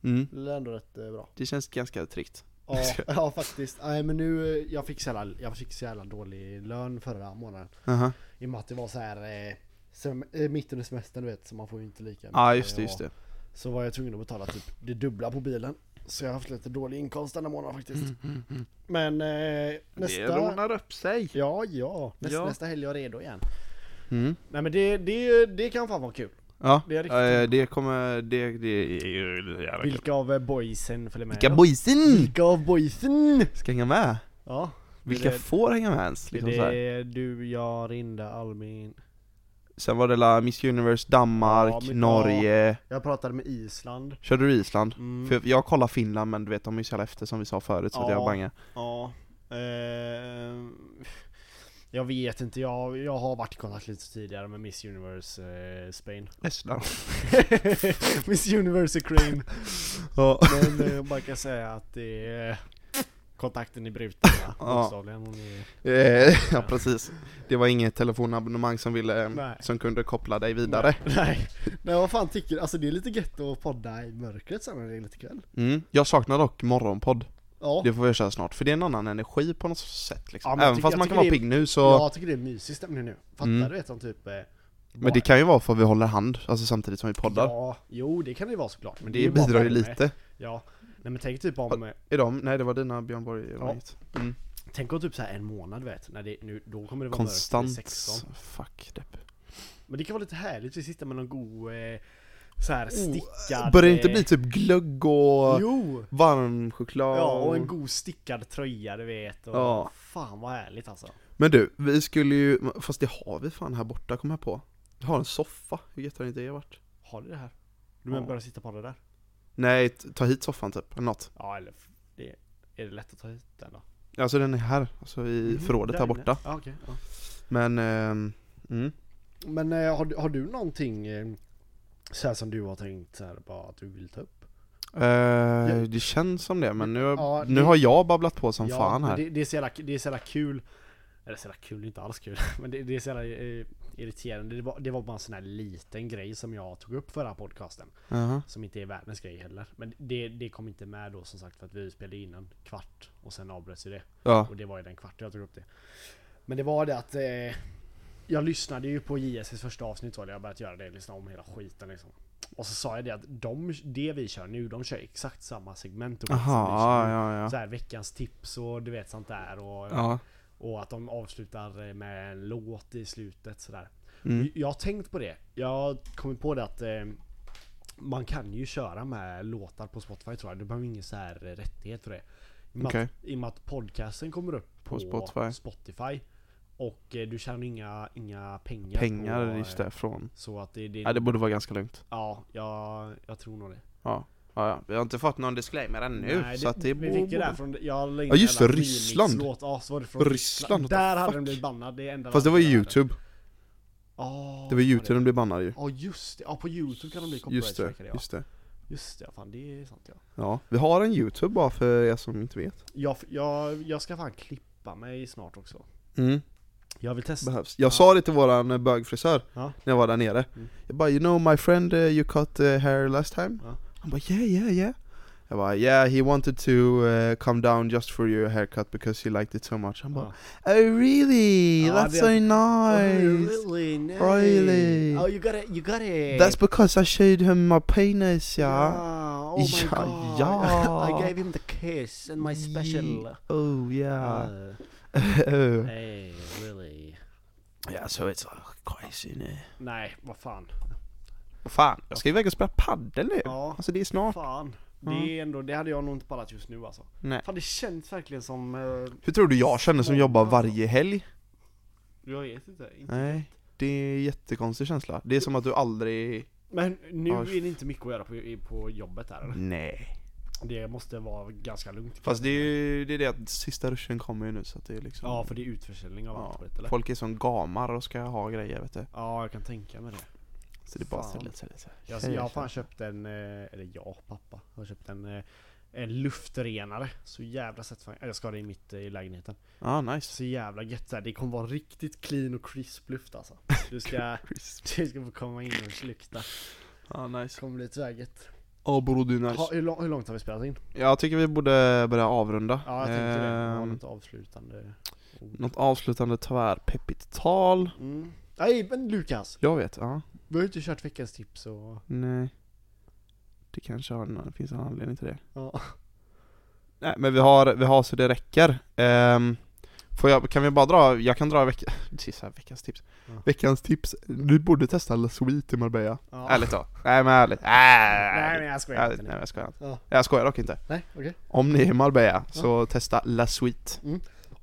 Speaker 2: Mm.
Speaker 1: Det är ändå rätt eh, bra.
Speaker 2: Det känns ganska tryggt.
Speaker 1: Ja,
Speaker 2: <laughs>
Speaker 1: <laughs> ja faktiskt. Nej men nu, eh, jag fick så jävla, jag fick så jävla dålig lön förra månaden.
Speaker 2: Aha.
Speaker 1: I och med att det var så här eh, sem- eh, mitten i semestern du vet, så man får ju inte lika
Speaker 2: Ja ah, just det,
Speaker 1: Ja.
Speaker 2: just det.
Speaker 1: Så var jag tvungen att betala typ det dubbla på bilen. Så jag har haft lite dålig inkomst den här månaden faktiskt.
Speaker 2: Mm,
Speaker 1: Men eh,
Speaker 2: Det
Speaker 1: nästa...
Speaker 2: lånar upp sig.
Speaker 1: Ja, ja. Nästa,
Speaker 2: Ja.
Speaker 1: nästa helg är jag redo igen.
Speaker 2: Mm.
Speaker 1: Nej men det, det, det kan fan vara kul.
Speaker 2: Ja,
Speaker 1: Det är riktigt
Speaker 2: eh,
Speaker 1: kul.
Speaker 2: det kommer, det, det är ju jävla kul.
Speaker 1: Vilka av eh, boysen följer med?
Speaker 2: Vilka
Speaker 1: då?
Speaker 2: boysen
Speaker 1: Vilka av boysen?
Speaker 2: ska hänga med?
Speaker 1: Ja.
Speaker 2: Vilka
Speaker 1: det-
Speaker 2: får hänga med ens?
Speaker 1: Det
Speaker 2: Liksom så här.
Speaker 1: är du, jag, Rinda, Albin.
Speaker 2: Sen var det la Miss Universe, Danmark,
Speaker 1: Ja, men-
Speaker 2: Norge
Speaker 1: Jag pratade med Island.
Speaker 2: Körde du Island?
Speaker 1: Mm.
Speaker 2: För jag kollar Finland men du vet de är ju så jävla efter som vi sa förut så att
Speaker 1: Ja.
Speaker 2: jag bangar
Speaker 1: Ja. ehm, jag vet inte, jag, jag har varit i kontakt lite tidigare med Miss Universe eh,
Speaker 2: <laughs>
Speaker 1: Spain.
Speaker 2: Estland
Speaker 1: Miss Universe Ukraine.
Speaker 2: Ja.
Speaker 1: Men eh, man kan säga att det är kontakten är bruten va?
Speaker 2: Ja.
Speaker 1: bokstavligen. Hon är-
Speaker 2: Eh, <laughs> ja precis Det var inget telefonabonnemang som ville, eh,
Speaker 1: Nej.
Speaker 2: som kunde koppla dig vidare
Speaker 1: Nej. Nej vad fan tycker Alltså det är lite gött att podda i mörkret sen när det är lite kväll.
Speaker 2: mm. Jag saknar dock morgonpodd
Speaker 1: Ja.
Speaker 2: Det får vi köra snart, för det är en annan energi på något sätt liksom.
Speaker 1: Ja, men jag
Speaker 2: Även
Speaker 1: tycker-
Speaker 2: fast
Speaker 1: jag
Speaker 2: man
Speaker 1: tycker
Speaker 2: kan vara
Speaker 1: det är-
Speaker 2: pigg nu så
Speaker 1: Jag tycker det är mysig stämning nu. Fattar
Speaker 2: Mm.
Speaker 1: du vet som typ... eh,
Speaker 2: Men det kan ju vara för att vi håller hand, alltså samtidigt som vi poddar
Speaker 1: Ja, jo det kan det ju vara såklart. Men
Speaker 2: Det,
Speaker 1: är bara
Speaker 2: bidrar ju
Speaker 1: värme.
Speaker 2: lite
Speaker 1: Ja. Nej men tänk typ om... eh,
Speaker 2: Är de? Nej det var dina Björn Borg
Speaker 1: Ja.
Speaker 2: right.
Speaker 1: Tänk om typ så här en månad vet, när det, nu, då kommer det vara mörkt vid
Speaker 2: Konstant
Speaker 1: 16
Speaker 2: Fuck depp
Speaker 1: Men det kan vara lite härligt, vi sitter med någon god eh, så här stickad
Speaker 2: Oh, Börjar det inte
Speaker 1: eh,
Speaker 2: bli typ glögg och
Speaker 1: Jo!
Speaker 2: varm choklad?
Speaker 1: Ja och en god stickad tröja du vet och
Speaker 2: Ja.
Speaker 1: Fan vad härligt alltså
Speaker 2: Men du, vi skulle ju, fast det har vi fan här borta kom jag på Vi har en soffa, hur gött har inte det varit?
Speaker 1: Har du det här? Du menar
Speaker 2: Ja.
Speaker 1: börja sitta på det där?
Speaker 2: Nej, t- ta hit soffan typ, eller något
Speaker 1: Ja eller f- det, är det lätt att ta hit den då?
Speaker 2: Alltså den är här, alltså i förrådet
Speaker 1: Mm, Där inne.
Speaker 2: här borta
Speaker 1: Ja, okej, ja.
Speaker 2: Men, ehm, mm.
Speaker 1: Men eh, har, du- har du någonting eh, så här som du har tänkt så här, bara att du vill ta upp?
Speaker 2: Eh, det känns som det, men nu,
Speaker 1: Ja,
Speaker 2: nu
Speaker 1: det-
Speaker 2: har jag babblat på som
Speaker 1: ja,
Speaker 2: fan
Speaker 1: men
Speaker 2: här
Speaker 1: Det, det, är så jävla, det är så jävla kul. Eller så jävla kul, inte alls kul. <laughs> Men det, det är så jävla eh, irriterande. Det var, det var bara en sån här liten grej som jag tog upp förra podcasten.
Speaker 2: Jaha.
Speaker 1: Som inte är världens grej heller. Men det, det kom inte med då som sagt för att vi spelade in en kvart. Och sen avbröts ju det.
Speaker 2: Ja,
Speaker 1: Och det var ju den kvarten jag tog upp det. Men det var det att eh, jag lyssnade ju på JSs första avsnitt då, där jag har börjat göra det, lyssna om hela skiten liksom. Och så sa jag det att de, det vi kör nu, de kör exakt samma segment och liksom, skit som vi
Speaker 2: Aha,
Speaker 1: kör
Speaker 2: ja,
Speaker 1: nu.
Speaker 2: ja, ja.
Speaker 1: Så här veckans tips och du vet sånt där och,
Speaker 2: ja.
Speaker 1: och att de avslutar med en låt i slutet sådär.
Speaker 2: Mm.
Speaker 1: Jag har tänkt på det. Jag har kommit på det att eh, man kan ju köra med låtar på Spotify tror jag. Du behöver ingen så här eh, rättighet för det. I och med,
Speaker 2: Okej.
Speaker 1: att, i och med att podcasten kommer upp på,
Speaker 2: På Spotify.
Speaker 1: Spotify, och eh, du tjänar inga, inga pengar. på,
Speaker 2: Pengar,
Speaker 1: eh,
Speaker 2: just det, från
Speaker 1: Så att det, det,
Speaker 2: Ja det borde vara ganska lugnt
Speaker 1: ja jag, jag tror nog det.
Speaker 2: Ja, ja, ja. vi har inte fått någon disclaimer ännu så att det
Speaker 1: Vi fick ju det här
Speaker 2: borde...
Speaker 1: från, jag länkade
Speaker 2: Ja, just det,
Speaker 1: alla
Speaker 2: Ryssland.
Speaker 1: remixlåt. Ja, så var det från
Speaker 2: Ryssland,
Speaker 1: Ryssland.
Speaker 2: what the
Speaker 1: Där hade
Speaker 2: fuck?
Speaker 1: den blivit bannad. Det är enda
Speaker 2: Fast det var ju
Speaker 1: landet i världen.
Speaker 2: youtube,
Speaker 1: Ja,
Speaker 2: det var youtube den blev bannad ju
Speaker 1: Ja just det, ja på youtube kan de bli
Speaker 2: Just det,
Speaker 1: copyright-checkade ja.
Speaker 2: just det
Speaker 1: Just det, ja, fan det är sant ja.
Speaker 2: Ja, vi har en youtube bara för er som inte vet
Speaker 1: Jag, jag, jag ska fan klippa mig snart också.
Speaker 2: Mm,
Speaker 1: Jag vill testa.
Speaker 2: behövs Jag sa det till våran eh, bögfrisör
Speaker 1: Ja.
Speaker 2: när jag var där nere
Speaker 1: Mm.
Speaker 2: Jag bara 'You know my friend eh, you cut eh, hair last time?'
Speaker 1: Ja.
Speaker 2: Han bara 'Yeah yeah yeah' Jag bara 'Yeah he wanted to eh, come down just for your haircut because he liked it so much' Han bara
Speaker 1: Ja.
Speaker 2: 'Oh really?
Speaker 1: Ja,
Speaker 2: That's
Speaker 1: det-
Speaker 2: so
Speaker 1: Oh,
Speaker 2: nice'
Speaker 1: really nice.
Speaker 2: Really?
Speaker 1: Oh you got it, you got it.
Speaker 2: That's because I showed him my penis, yeah.
Speaker 1: Yeah, Oh my
Speaker 2: Ja,
Speaker 1: god.
Speaker 2: ja.
Speaker 1: I gave him the kiss and my special.
Speaker 2: Oh <laughs> yeah.
Speaker 1: Uh, hey, really.
Speaker 2: yeah, so it's crazy nu.
Speaker 1: Nej, vad fan.
Speaker 2: Fan, jag ska iväg och spela padel nu.
Speaker 1: Ja,
Speaker 2: Alltså det är snart.
Speaker 1: fan.
Speaker 2: Ah.
Speaker 1: Det är ändå, det hade jag nog inte pallat just nu alltså.
Speaker 2: Nej.
Speaker 1: Fan det känns verkligen som, eh,
Speaker 2: Hur tror du jag känner som jobbar varje helg?
Speaker 1: jag vet inte. inte.
Speaker 2: Nej. Det är en jättekonstig känsla. Det är som att du aldrig...
Speaker 1: Men nu
Speaker 2: Ja,
Speaker 1: är det inte mycket att göra på, i- på jobbet här eller?
Speaker 2: Nej.
Speaker 1: Det måste vara ganska lugnt.
Speaker 2: Fast det är ju det, är det att sista ruschen kommer ju nu så att det är liksom...
Speaker 1: Ja, för det är utförsäljning av allt
Speaker 2: Ja.
Speaker 1: skit eller?
Speaker 2: Folk är som gamar och ska ha grejer vet du.
Speaker 1: Ja, jag kan tänka mig det.
Speaker 2: Så det är bara
Speaker 1: Fan.
Speaker 2: så lite, lite.
Speaker 1: Jag, jag har fan köpt en, eh, eller jag, pappa, har köpt en, eh, en luftrenare. Så jävla sett fan. Jag ska ha det i mitt eh, i lägenheten.
Speaker 2: Ah, nice.
Speaker 1: Så jävla gött så här. Det kommer vara riktigt clean och crisp luft alltså. Du ska, <laughs>
Speaker 2: Crisp.
Speaker 1: du ska få komma in och lukta.
Speaker 2: Ah,
Speaker 1: Det
Speaker 2: nice.
Speaker 1: kommer bli tvägget.
Speaker 2: Ah, bro, du är nice.
Speaker 1: Ha, hur, lång, hur långt har vi spelat in?
Speaker 2: Jag tycker vi borde börja avrunda.
Speaker 1: Ja, jag tänkte det. Har
Speaker 2: Ehm,
Speaker 1: något avslutande ord?
Speaker 2: något avslutande tvärpeppigt tal?
Speaker 1: Mm. Nej men Lukas!
Speaker 2: Jag vet, ja.
Speaker 1: Vi har ju inte kört veckans tips och...
Speaker 2: Nej. Det kanske har, det finns en anledning till det.
Speaker 1: Ja.
Speaker 2: Nej, men vi har, vi har så det räcker. Ehm, får jag, kan vi bara dra, jag kan dra veck, <laughs> det är så här, veckans tips.
Speaker 1: Ja.
Speaker 2: Veckans tips, du borde testa La Suite i Marbella.
Speaker 1: ja.
Speaker 2: Ärligt då. Nej men ärligt. Nej,
Speaker 1: Nej
Speaker 2: nej,
Speaker 1: men jag skojar
Speaker 2: nej,
Speaker 1: inte
Speaker 2: nej
Speaker 1: nu.
Speaker 2: jag skojar inte.
Speaker 1: Ja.
Speaker 2: Jag skojar dock inte.
Speaker 1: Nej, okej.
Speaker 2: Om ni är i Marbella, så testa La Suite.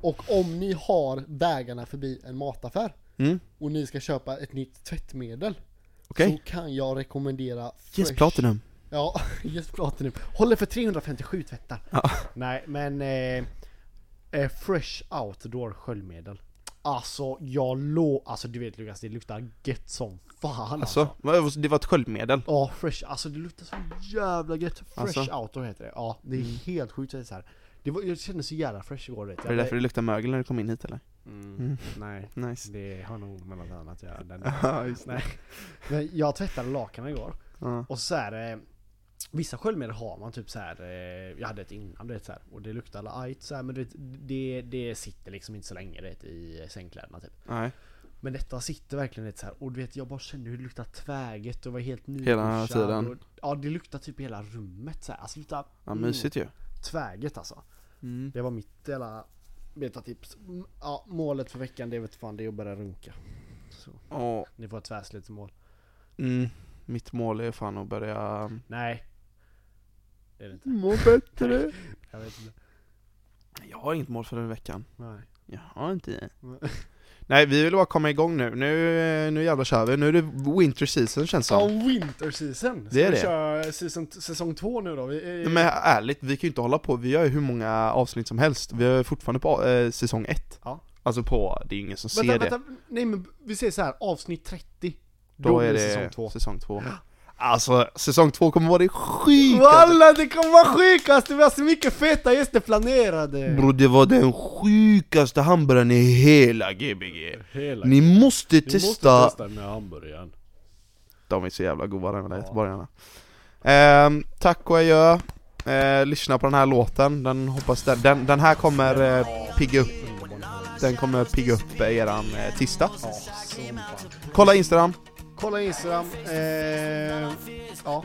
Speaker 4: Och om ni har vägarna förbi en mataffär
Speaker 2: Mm.
Speaker 4: och ni ska köpa ett nytt tvättmedel
Speaker 2: Okej.
Speaker 4: Så kan jag rekommendera
Speaker 2: Yes,
Speaker 4: Fresh-
Speaker 2: Platinum.
Speaker 1: <laughs>
Speaker 4: Ja, Yes Platinum
Speaker 1: Håller för 357 tvättar.
Speaker 2: Ja.
Speaker 1: Nej, men... Eh, eh, fresh Outdoor sköljmedel. Alltså, jag lå... Alltså du vet Lukas, det luktar gött som fan
Speaker 2: Alltså, vad- det var ett sköldmedel.
Speaker 1: Ja, fresh. Alltså det luktar så jävla gött. Fresh
Speaker 2: Alltså.
Speaker 1: outdoor heter det. Ja, det är helt sjukt. så Det är så här. Det var, jag kände så jävla fresh igår. Vet.
Speaker 2: Var det därför det luktade mögel när du kom in hit eller?
Speaker 1: Mm, nej,
Speaker 2: Nice.
Speaker 1: det har nog med något annat att göra. Den.
Speaker 2: <laughs> Ja, just det.
Speaker 1: Nej. Men jag tvättade lakanen igår.
Speaker 2: Ja.
Speaker 1: Och så här, eh, Vissa sköljmedel har man typ så här. Eh, jag hade ett innan du vet, så här, och det luktade alla ajt så här, men du vet, det, det sitter liksom inte så länge du vet, i sängkläderna typ.
Speaker 2: Nej.
Speaker 1: Men detta sitter verkligen lite så här och du vet jag bara kände hur det luktar tväget och var helt nyduschad
Speaker 2: Hela tiden.
Speaker 1: och, Ja det luktar typ hela rummet så här. Alltså det luktar
Speaker 2: Ja, mysigt ju.
Speaker 1: tväget alltså
Speaker 2: Mm.
Speaker 1: Det var mitt jävla betatips Mm, Ja målet för veckan det vet fan det är att börja runka så,
Speaker 2: Och,
Speaker 1: Ni får ett tvärslutmål
Speaker 2: mm, mitt mål är fan att börja...
Speaker 1: Nej Det är det inte
Speaker 2: Må bättre.
Speaker 1: <laughs> Jag vet inte
Speaker 2: Jag har inget mål för den veckan.
Speaker 1: Nej
Speaker 2: Jag har inte
Speaker 1: Nej.
Speaker 2: <laughs> Nej, vi vill bara komma igång nu. Nu, nu jävlar kör vi. Nu är det winter season känns det
Speaker 1: Ja
Speaker 2: som.
Speaker 1: winter season! Ska
Speaker 2: Det är
Speaker 1: vi
Speaker 2: det.
Speaker 1: köra season, säsong två nu då? Vi, eh,
Speaker 2: Men ärligt, vi kan ju inte hålla på. Vi gör ju hur många avsnitt som helst. Vi är fortfarande på eh, säsong ett.
Speaker 1: Ja.
Speaker 2: Alltså på, det är ingen som ser
Speaker 1: vänta,
Speaker 2: det.
Speaker 1: vänta, nej men vi säger så här avsnitt 30
Speaker 2: Då, är det säsong två.
Speaker 1: Ja.
Speaker 2: Alltså, säsong två kommer vara det sjukaste.
Speaker 1: Walla det kommer vara sjukaste, vi har så mycket feta gäster planerade!
Speaker 2: Bro, det var den sjukaste hamburgaren i hela Gbg. Ni måste testa.
Speaker 1: med hamburgaren.
Speaker 2: De är så jävla goda de där
Speaker 1: Ja.
Speaker 2: göteborgarna. Ehm, tack och adjö. Eh, lyssna på den här låten, den hoppas den, den, den här kommer eh, pigga upp Den kommer pigga upp eh, eran eh, tisdag Kolla Instagram
Speaker 1: Kolla Instagram, eh, ja,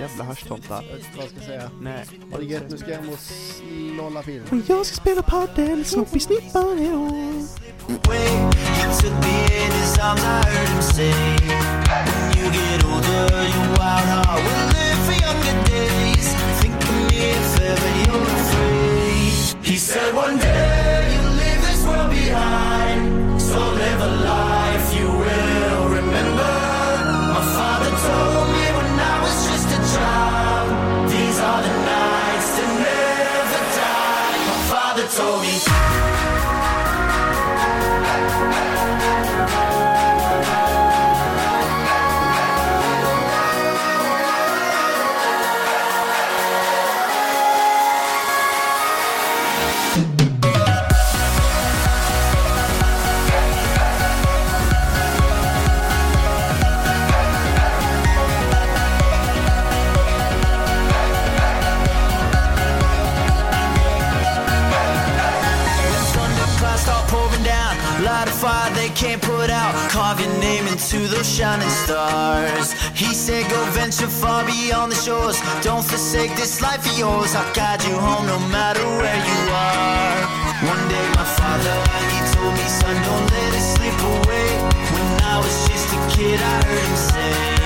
Speaker 2: Jävla hörstomtar
Speaker 1: jag vet inte vad jag ska säga.
Speaker 2: Nej
Speaker 1: Ha det gött, nu ska jag hem och slålla film.
Speaker 2: Och jag ska spela padel, Snoopy snippar, hejdå
Speaker 5: way. He took me in his arms, I heard him say, When you get older, your wild heart will live for younger days. Think of me if ever you're afraid. He said, One day you'll leave this world behind. So live a life you will remember. My father told me when I was just a child, These are the nights to never die. My father told me. thunder clouds start pouring down. Light a fire they can't put out. Carve your name into those shining stars. He said, Go venture far beyond the shores. Don't forsake this life of yours. I'll guide you home no matter where you are. One day, my father, he told me, Son, don't let it slip away. When I was just a kid, I heard him say,